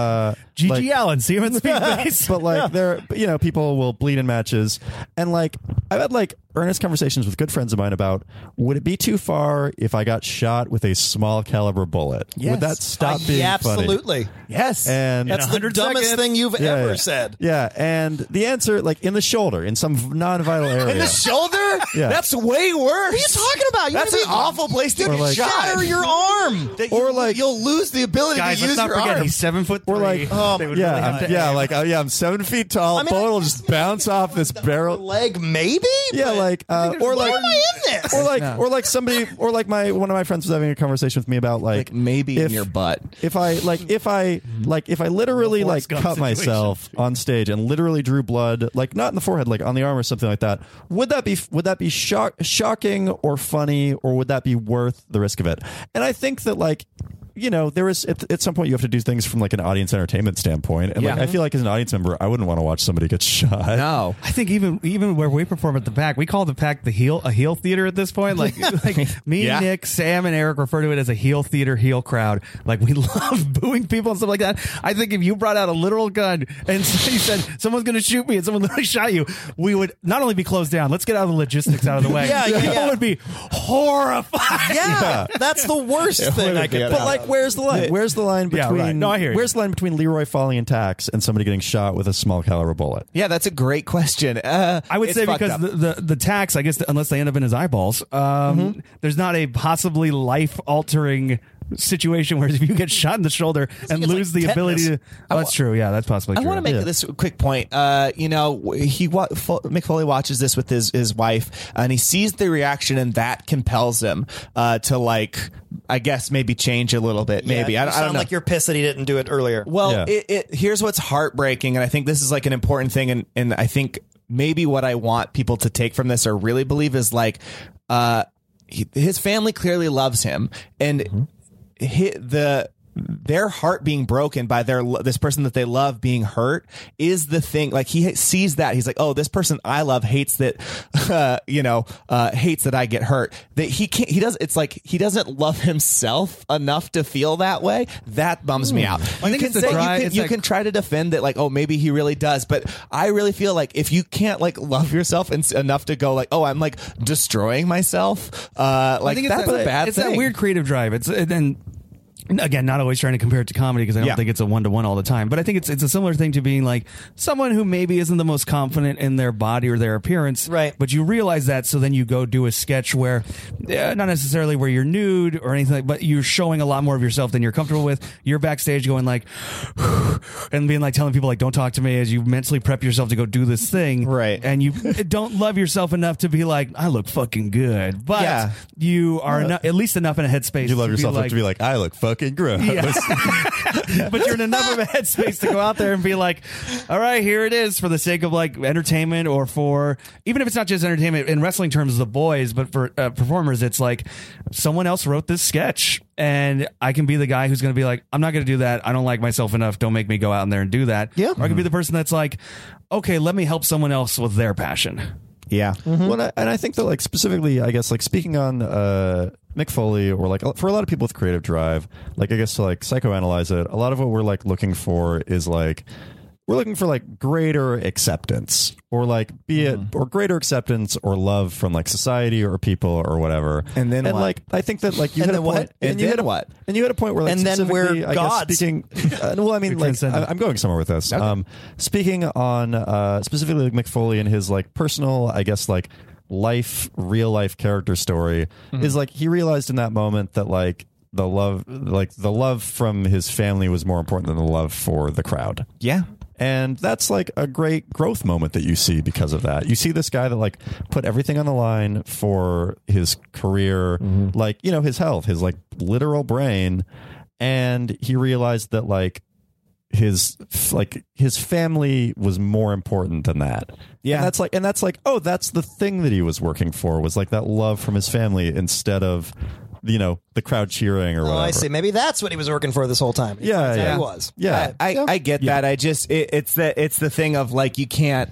G.G. Like- Allen, see him in Speed Base. but like there but, you know people will bleed in matches and like i've had like earnest conversations with good friends of mine about would it be too far if i got shot with a small caliber bullet Yes. would that stop Uh, being yeah, funny? absolutely. Yes. and That's the dumbest thing you've Yeah, ever yeah. said. Yeah, and the answer, like in the shoulder, in some non-vital area. in the shoulder? Yeah. That's way worse. What are you talking about? You that's an wanna be- awful place to Or be like- shot. Shatter your arm. That Or you- like- you'll lose the ability Guys, to let's use not your forget arm. he's seven foot three. We're like, oh, They would yeah, really have I'm- to yeah, aim. like, oh, yeah, I'm seven feet tall. I mean, bullet I will guess just bounce off this barrel. Leg, maybe. Yeah, but- like, uh, or like, am I in this? or like, or like somebody, or like my one of my friends was having a conversation with me about like, Like, maybe in if- your butt. If I like, if I like, if I literally like Forrest cut Gump Hmm. situation. myself on stage and literally drew blood, like not in the forehead, like on the arm or something like that, would that be would that be shock, shocking or funny, or would that be worth the risk of it? And I think that like. You know, there is at, at some point you have to do things from like an audience entertainment standpoint, and like Yeah. I feel like as an audience member, I wouldn't want to watch somebody get shot. No. I think even even where we perform at the pack, we call the pack the heel a heel theater at this point. Like like me, Yeah. Nick, Sam, and Eric refer to it as a heel theater, heel crowd. Like we love booing people and stuff like that. I think if you brought out a literal gun and you said someone's going to shoot me and someone literally shot you, we would not only be closed down. Let's get out of the logistics out of the way. Yeah, yeah, people yeah. would be horrified. yeah, that's the worst thing I could. But like, where's the line? Where's the line Yeah, between? right. No, I hear you. Where's the line between Leroy falling in tax and somebody getting shot with a small caliber bullet? Yeah, that's a great question. Uh, I would it's say fucked because up. the, the the tax, I guess, unless they end up in his eyeballs, um, there's not a possibly life altering situation. Whereas if you get shot in the shoulder and it's lose like the ability to, tetanus. oh, that's true. Yeah, that's possibly. I true. want to make Yeah. this quick point. Uh, you know, w- he wa- Fo- Mick Foley watches this with his his wife, and he sees the reaction, and that compels him uh, to like, I guess, maybe change a little bit. Maybe Yeah, I, you don't- I sound don't know. like you're pissed that he didn't do it earlier. Well, Yeah. it, it, here's what's heartbreaking, and I think this is like an important thing, and and I think maybe what I want people to take from this or really believe is like, Mm-hmm. uh, he, his family clearly loves him, and hi the their heart being broken by their lo- this person that they love being hurt is the thing. Like he sees that he's like, oh, this person I love hates that, you know, uh, hates that I get hurt. That he can't. He does. It's like he doesn't love himself enough to feel that way. That bums me Hmm. out. I think you it's can a say dry- you, can, it's you like- can try to defend that, like, oh, maybe he really does. But I really feel like if you can't like love yourself en- enough to go like, oh, I'm like destroying myself, uh, like that's that, a bad It's thing. that weird creative drive. It's and then again, not always trying to compare it to comedy because I don't Yeah. think it's a one to one all the time. But I think it's it's a similar thing to being like someone who maybe isn't the most confident in their body or their appearance, right? But you realize that, so then you go do a sketch where uh, not necessarily where you're nude or anything, like, but you're showing a lot more of yourself than you're comfortable with. You're backstage going like, and being like telling people like, "Don't talk to me," as you mentally prep yourself to go do this thing, right? And you don't love yourself enough to be like, "I look fucking good," but Yeah. you are enough, at least enough in a headspace. You love to yourself be enough like, to be like, I look fucking gross. yeah. but you're in enough of a headspace to go out there and be like, all right, here it is for the sake of like entertainment or for even if it's not just entertainment in wrestling terms, the boys, but for uh, performers, it's like someone else wrote this sketch and I can be the guy who's going to be like, I'm not going to do that. I don't like myself enough. Don't make me go out in there and do that. Yeah. Or I can be the person that's like, okay, let me help someone else with their passion. Yeah. Well, I- and I think that like specifically, I guess like speaking on uh, Mick Foley or like for a lot of people with creative drive, like I guess to like psychoanalyze it, a lot of what we're like looking for is like we're looking for like greater acceptance or like be it Mm-hmm. or greater acceptance or love from like society or people or whatever. And then and what? like I think that like you And hit a then what? point And you then hit a, what? and you hit a point where like And then we're specifically, I guess, gods. speaking. uh, well, I mean like I, I'm going somewhere with this. Um, speaking on uh, specifically like McFoley and his like personal, I guess like life, real life character story Mm-hmm. is like he realized in that moment that like the love, like the love from his family was more important than the love for the crowd. Yeah. And that's like a great growth moment that you see because of that. You see this guy that like put everything on the line for his career, like, you know, his health, his like literal brain. And he realized that like his like his family was more important than that. Yeah. And that's like and that's like, oh, that's the thing that he was working for was like that love from his family instead of you know, the crowd cheering or Oh, whatever. I see. Maybe that's what he was working for this whole time. Yeah, That's what yeah. He was. Yeah. I, I, I get that. I just it, it's the it's the thing of like you can't.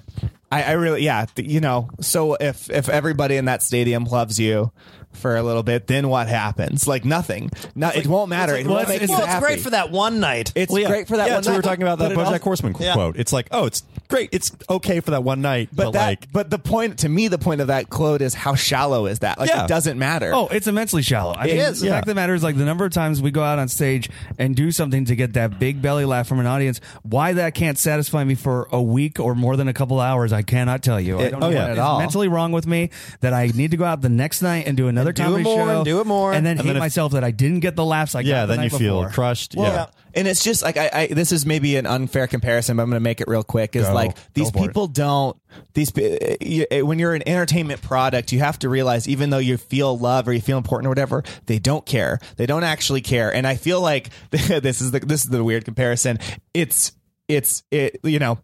I, I really yeah th- you know so if if everybody in that stadium loves you for a little bit then what happens like nothing no it won't matter It's it like, won't well, make it's, you well, it's happy. great for that one night. It's Well, yeah. great for that Yeah, one so we were night, talking about but that it BoJack also- Horseman Yeah. quote. It's like, oh, it's great. It's okay for that one night, but, but, that, like, but the point to me the point of that quote is how shallow is that like Yeah. it doesn't matter Oh, it's immensely shallow. I It mean, is, The yeah. fact of the matter is, like, the number of times we go out on stage and do something to get that big belly laugh from an audience, why that can't satisfy me for a week or more than a couple hours, I cannot tell you. I It- don't oh, know yeah. what at is all. mentally wrong with me that I need to go out the next night and do another do it comedy more show. and do it more. And then And hate then if- myself that I didn't get the laughs I got the night before. Well, And it's just like I, I this is maybe an unfair comparison, but I'm going to make it real quick. Is Go. like these Go for it. people don't these pe- eh, you- when you're an entertainment product, you have to realize even though you feel love or you feel important or whatever, they don't care. They don't actually care. And I feel like this is the this is the weird comparison. It's it's it you know.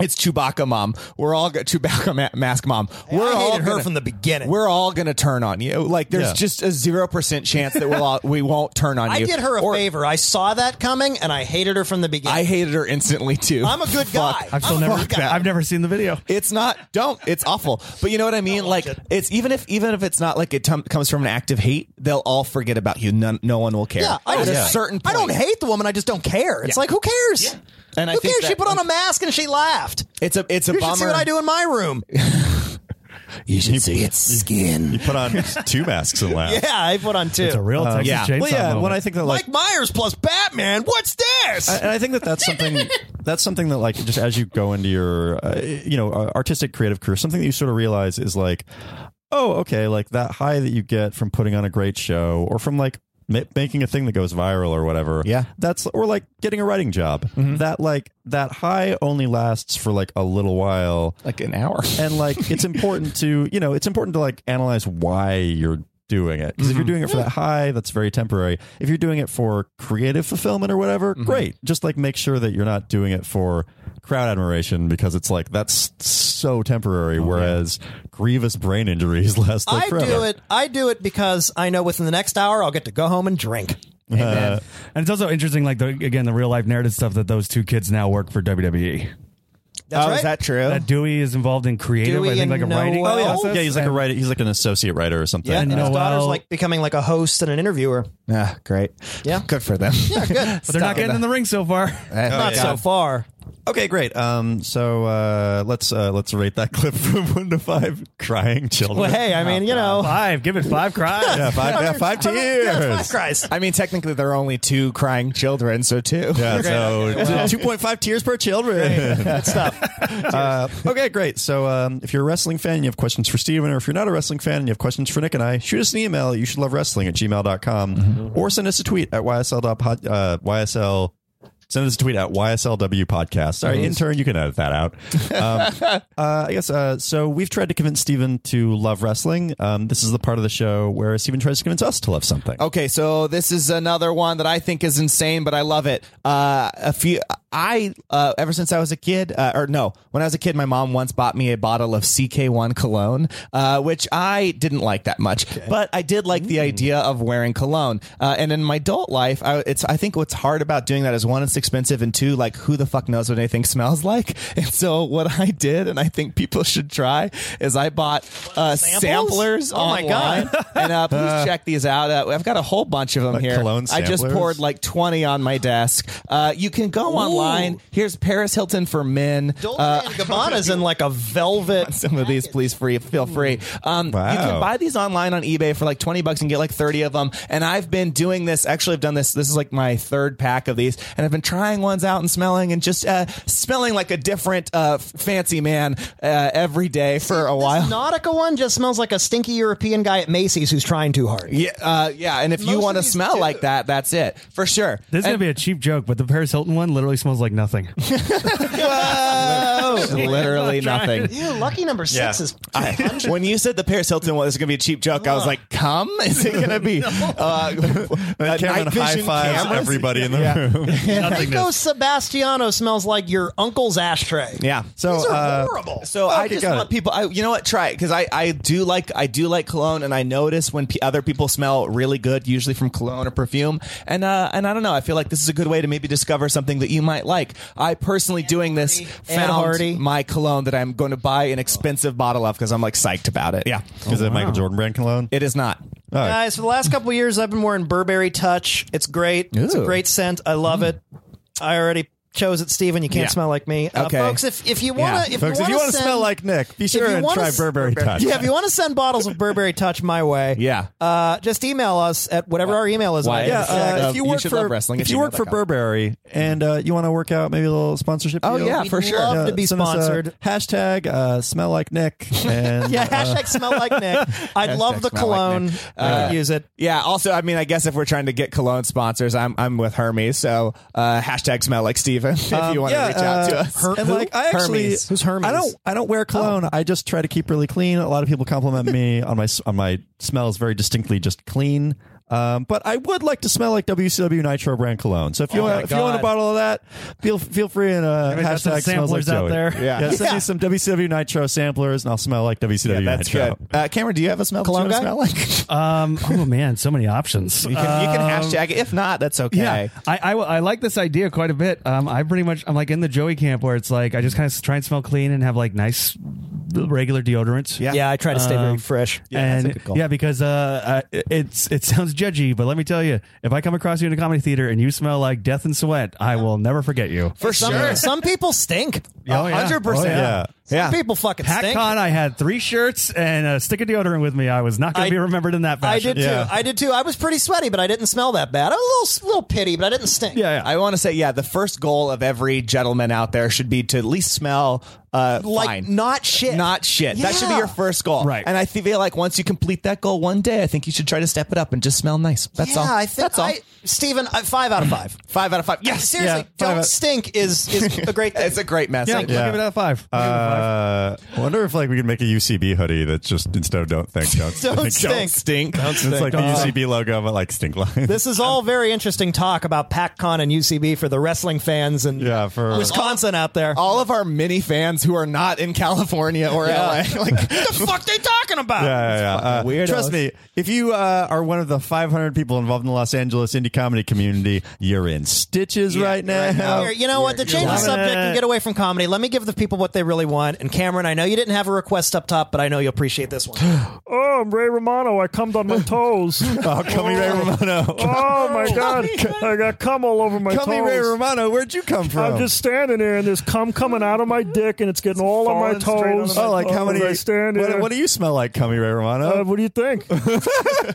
It's Chewbacca mom. We're all go- Chewbacca ma- mask mom. We're I all hated her gonna- from the beginning. We're all gonna turn on you. Like there's Yeah. just a zero percent chance that we'll all, we won't turn on I you. did her a Or- favor. I saw that coming, and I hated her from the beginning. I hated her instantly too. I'm a good guy. I've still I'm a never. good guy. I've never seen the video. It's not. Don't. It's awful. But you know what I mean. Like it's even if even if it's not like it tum- comes from an act of hate, they'll all forget about you. None, no one will care. Yeah, I At a just, certain. I don't hate the woman. I just don't care. It's Yeah. like who cares? And I who think cares? she that- put on a mask and she laughed. It's a it's a you bummer. should see what I do in my room. You should see its skin. You put on two masks and laugh. Yeah, I put on two. It's a real time. Texas Chainsaw Well, yeah, moment. when I think that like Mike Myers plus Batman. What's this? I- and I think that that's something that's something that like just as you go into your uh, you know uh, artistic creative career, something that you sort of realize is like, oh, okay, like that high that you get from putting on a great show or from like ma- making a thing that goes viral or whatever. Yeah, that's or like getting a writing job. That like that high only lasts for like a little while, like an hour, and like it's important to you know it's important to like analyze why you're doing it because if Mm-hmm. you're doing it for that high that's very temporary if you're doing it for creative fulfillment or whatever Mm-hmm. great just like make sure that you're not doing it for crowd admiration because it's like that's so temporary whereas grievous brain injuries last like Oh, I forever do it. I do it because I know within the next hour I'll get to go home and drink. and it's also interesting, like the, again, the real life narrative stuff that those two kids now work for WWE. That's Oh, is right. that true? That Dewey is involved in creative, I think, like a writing. Oh, yeah. process. yeah, he's like a And- writer. He's like an associate writer or something. Yeah, and his daughter's like becoming like a host and an interviewer. Yeah, Ah, great. Yeah, good for them. Yeah, good. But they're not getting in the ring so far. Eh. Not so far. Okay, great. Um, so uh, let's uh, let's rate that clip from one to five. Crying children. Well, hey, Oh, I mean, you know, Five. Give it five cries. yeah, five, yeah, five five tears. Christ. I mean, technically, there are only two crying children, so two. Yeah, so uh, Okay, well. two point five tears per children. Good stuff. Uh, okay, great. So um, if you're a wrestling fan and you have questions for Steven, or if you're not a wrestling fan and you have questions for Nick and I, shoot us an email at you should love wrestling at gmail.com or send us a tweet at YSL. dot pod- Uh, YSL Send us a tweet at YSLW podcast. Sorry, intern, you can edit that out. Um, uh, I guess uh, so. We've tried to convince Steven to love wrestling. Um, this is the part of the show where Steven tries to convince us to love something. Okay, so this is another one that I think is insane, but I love it. Uh, a few, I uh, ever since I was a kid, uh, or no, when I was a kid, my mom once bought me a bottle of CK1 cologne, uh, which I didn't like that much, but I did like Hmm. the idea of wearing cologne. Uh, and in my adult life, I, it's I think what's hard about doing that is one, it's expensive, and two, like who the fuck knows what anything smells like. And so what I did, and I think people should try, is I bought uh, samplers. Oh my God. online. and uh, please check these out. Uh, I've got a whole bunch of them Like here. cologne I just samplers? poured like 20 on my desk. Uh, you can go online. Here's Paris Hilton for men. Dolce Uh, and Gabbana's in like a velvet. some of these, please free, feel free. Um, You Wow. can buy these online on eBay for like 20 bucks and get like 30 of them. And I've been doing this. Actually, I've done this. This is like my third pack of these. And I've been trying ones out and smelling and just uh, smelling like a different uh, f- fancy man uh, every day for a while. This Nautica one just smells like a stinky European guy at Macy's who's trying too hard. Yeah, uh, yeah. And if you Most want to of these smell do. like that, that's it for sure. This is And- gonna be a cheap joke, but the Paris Hilton one literally smells like nothing. Whoa! literally nothing. Ew, lucky number six Yeah. is I, when you said the Paris Hilton was going to be a cheap joke, I was like, "Come, is it going to be?" uh, uh, Cameron night high vision fives cameras? everybody in the room. Nico Sebastiano smells like your uncle's ashtray. Yeah. So These are uh, horrible. So I Okay, just got it. want people. I, you know what? Try it because I, I do like I do like cologne, and I notice when p- other people smell really good, usually from cologne or perfume. And uh, and I don't know. I feel like this is a good way to maybe discover something that you might like. I personally doing this Ann found Hardy. my cologne that I'm going to buy an expensive bottle of because I'm like psyched about it. Yeah, is it Michael Jordan brand cologne? it is not. All right. Guys, for the last couple of years, I've been wearing Burberry Touch. It's great. It's a Ooh. Mm-hmm. great scent. I love it. I already chose it, Steven. You can't Yeah. smell like me. Uh, Okay. Folks, if, if you want to Yeah. if Folks, if you want want to to smell like Nick, be sure and try Burberry Touch. Yeah, if you want to send bottles of Burberry Touch my way, Yeah. uh, just email us at whatever our email is. Why- I Yeah, Yeah, haven't uh, uh, if you you work should for love wrestling at if you work for gmail.com. Burberry and uh, you want to work out maybe a little sponsorship. Oh, deal, yeah, said. for We'd sure. love yeah, to be send us a sponsored. hashtag uh, smell like Nick. And, Yeah, uh, hashtag smell like Nick. I love the smell like cologne. Nick. I Uh, could use it. Yeah. Also, I mean, I guess if we're trying to get cologne sponsors, I'm I'm with Hermes. So uh, hashtag smell like Steven if you want to reach out to uh, us. and like I actually, Hermes. Oh. Who's Hermes? I don't, I don't wear cologne. I just try to keep really clean. A lot of people compliment me on my on my smells very distinctly just clean. Um, but I would like to smell like WCW Nitro brand cologne. So if you Oh want, my if you want a God. bottle of that, feel feel free and uh, mean, that's some hashtag smells like samplers out Joey. there. Yeah. Yeah. send me some WCW Nitro samplers, and I'll smell like WCW Yeah, that's Nitro. good. Uh, Cameron, do you have a smell? that you Cologne wanna guy? smell like? Um, oh man, so many options. you, can, you Um, can hashtag it. If not, that's okay. Yeah, I, I, I like this idea quite a bit. Um, I pretty much I'm like in the Joey camp where it's like I just kind of try and smell clean and have like nice regular deodorants. Yeah. Yeah, I try to stay very Um, fresh. and yeah, because uh, uh, it's it sounds judgy, but let me tell you, if I come across you in a comedy theater and you smell like death and sweat, I will never forget you. For some, sure. Some people stink. Oh, yeah. 100%. Oh, yeah. Some Yeah. people fucking Pat stink. Con, I had three shirts and a stick of deodorant with me. I was not going I- to be remembered in that I fashion. did Yeah. too. I did too. I was pretty sweaty, but I didn't smell that bad. I was a little, little pity, but I didn't stink. Yeah, yeah. I want to say, yeah, the first goal of every gentleman out there should be to at least smell uh, Like, fine. not shit. Not shit. That should be Yeah. your first goal. Right. And I feel like once you complete that goal one day, I think you should try to step it up and just smell nice. That's yeah, all. I think That's all. I, Steven, I, five out of five. Five out of five. Yes. Seriously, five don't out- stink is is a great. It's a great yeah, message. I'll give it out of five. I'll give it a Uh, I wonder if like we could make a UCB hoodie that's just instead of don't think, don't, Don't stink. don't stink. Don't stink. It's like Don't the stink. UCB logo, but like stink line. This is all very interesting talk about PacCon and UCB for the wrestling fans and yeah, for Wisconsin out there. All of our mini fans who are not in California or LA. Like, what the fuck they talking about? Yeah, yeah, yeah. Uh, weirdos. Trust me, if you uh, are one of the 500 people involved in the Los Angeles indie comedy community, you're in stitches right now. Here, you know what? To change the subject and get away from comedy, let me give the people what they really want. And Cameron, I know you didn't have a request up top, but I know you appreciate this one. Oh, I'm Ray Romano. I cummed on my toes. oh, call me Ray Romano. Oh my God, I got cum all over my Call toes. me Ray Romano. Where'd you come from? I'm just standing there, and there's cum coming out of my dick, and it's getting all on my toes. Oh, like how many? I stand what, here. what do you smell like, Cummy Ray Romano? Uh, what do you think?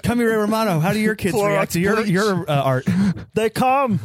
Come here, Ray Romano. How do your kids Clorox react to your bleach. your uh, art? They come.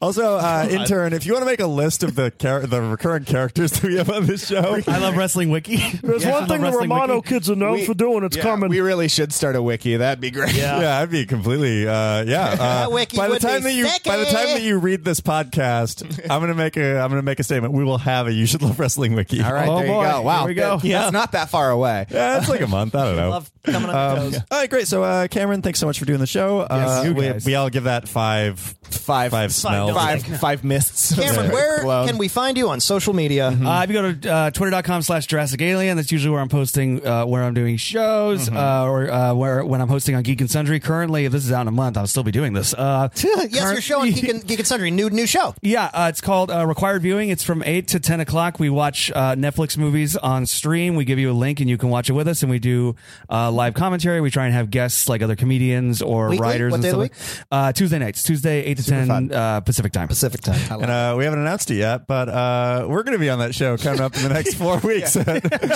Also, uh, intern, if you want to make a list of the char- the recurring characters that we have on this show, I love wrestling wiki. There's one thing the Romano kids are known We- for doing. It's yeah, coming. We really should start a wiki. That'd be great. Yeah, I'd be completely. Uh, yeah. Uh, wiki by the would be time that you by the time sticky. that you read this podcast, I'm gonna make a I'm gonna make a statement. We will have a you should love wrestling wiki. All right, Oh, there boy. you go. Wow, Here we go. that- Yeah. that's not that far away. Yeah, it's like a month. I don't know. Love coming on Um, toes. All right, great. So, uh, Cameron, thanks so much for doing the show. uh, you we, guys. we all give that five, Five, five smells. five, five mists. Cameron, where Blown. can we find you on social media? Mm-hmm. Uh, if you go to uh, twitter.com slash Jurassic Alien, that's usually where I'm posting uh, where I'm doing shows uh, or uh, where when I'm hosting on Geek and Sundry. Currently, if this is out in a month, I'll still be doing this. Uh, yes, your current- show on Geek and, Geek and Sundry, new new show. Yeah, uh, it's called uh, Required Viewing. It's from 8 to 10 o'clock. We watch uh, Netflix movies on stream. We give you a link and you can watch it with us. And we do uh, live commentary. We try and have guests like other comedians or Weekly? writers What and day of stuff. the like- Uh, Tuesday nights, Tuesday 8 to 10 uh, Pacific time. Pacific time. And uh, we haven't announced it yet, but uh, we're going to be on that show coming up in the next four weeks.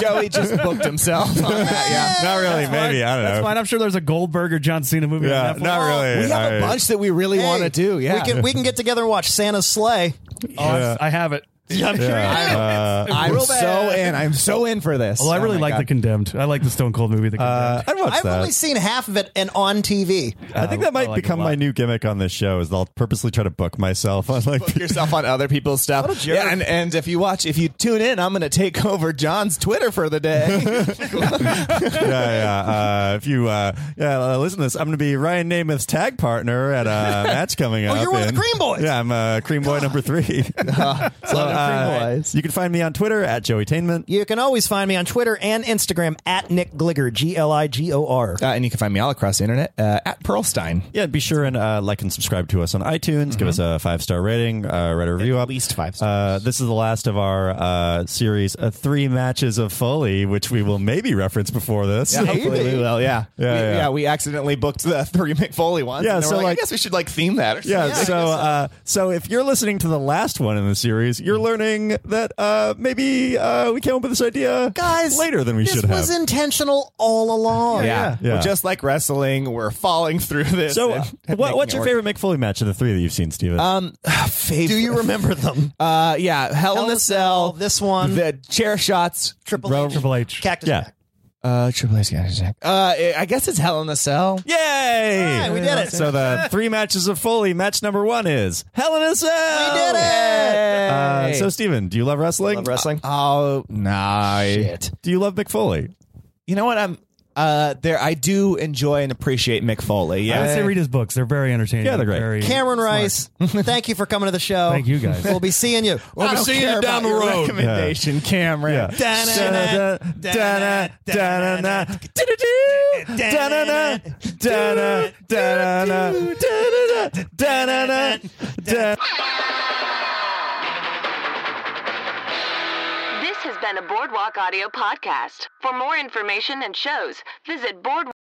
Joey just booked himself. on that, yeah. Not really. maybe I don't That's know. fine. I'm sure there's a Goldberg or John Cena movie. Yeah, on Netflix. not really. We have a I- bunch that we really want to do. Yeah, we can we can get together and watch Santa's sleigh. Oh, I'm- I have it. I'm sure. Yeah, uh, I'm Real so bad. in. I'm so in for this. Well, I Oh really my like God. the Condemned. I like the Stone Cold movie. The uh, Condemned. I'd watch I've that. only seen half of it and on TV. I think that might I like it a become lot. my new gimmick on this show. Is I'll purposely try to book myself on like. Book yourself on other people's stuff. Yeah, and, and if you watch, if you tune in, I'm going to take over John's Twitter for the day. yeah, yeah. Uh, if you uh, yeah, uh, listen to this. I'm going to be Ryan Namath's tag partner at a match coming up. you're one of the in- Cream Boys. Yeah, I'm uh, Cream Boy number three. so, uh, you can find me on Twitter at JoeyTainment. You can always find me on Twitter and Instagram at Nick Gligor, G L I G O R. Uh, and you can find me all across the internet uh, at Pearlstein. Yeah, be sure and uh, like and subscribe to us on iTunes. Give us a five star rating. Uh, write a review up. Mm-hmm. least five Uh, this is the last of our uh, series, uh, three matches of Foley, which we will maybe reference before this. Yeah, hopefully we will. Yeah. Yeah, we, yeah. We accidentally booked the three McFoley ones. Yeah, and then so, we're like- I guess we should like theme that. Or something. Yeah, so uh, so if you're listening to the last one in the series, Mm-hmm. you're learning that uh, maybe uh, we came up with this idea Guys, later than we this should was have. intentional all along. yeah. yeah. Well, just like wrestling, we're falling through this. so, and uh, making what, what's it your work. Um, favorite Mick Foley match of the three that you've seen, Steven? favorite? Do you remember them? Uh, yeah, Hell, Hell in a Cell. this one, the chair shots. Triple Bro- H, Triple H. Cactus yeah. Jack. Uh, Triple H. Uh, I guess it's Hell in a Cell. Yay! right, we did it. So the three matches of Foley. Match number one is Hell in a Cell. We did it! Uh, so, Steven, do you love wrestling? Uh, Love wrestling. Oh, nah. Shit. Do you love Mick Foley? You know what? I'm uh there. I do enjoy and appreciate Mick Foley. I would Yeah. say read his books. They're very entertaining. Yeah, they're great. Very- Cameron Rice, thank you for coming to the show. Thank you, guys. We'll be seeing you. I don't care about your recommendation, Cameron. Da-na-na, da-na, da-na-na, do-do-do, da-na-na, da-na, da-na-na, da-na-na, da-na-na, da- This has been a Boardwalk Audio podcast. For more information and shows, visit boardwalk.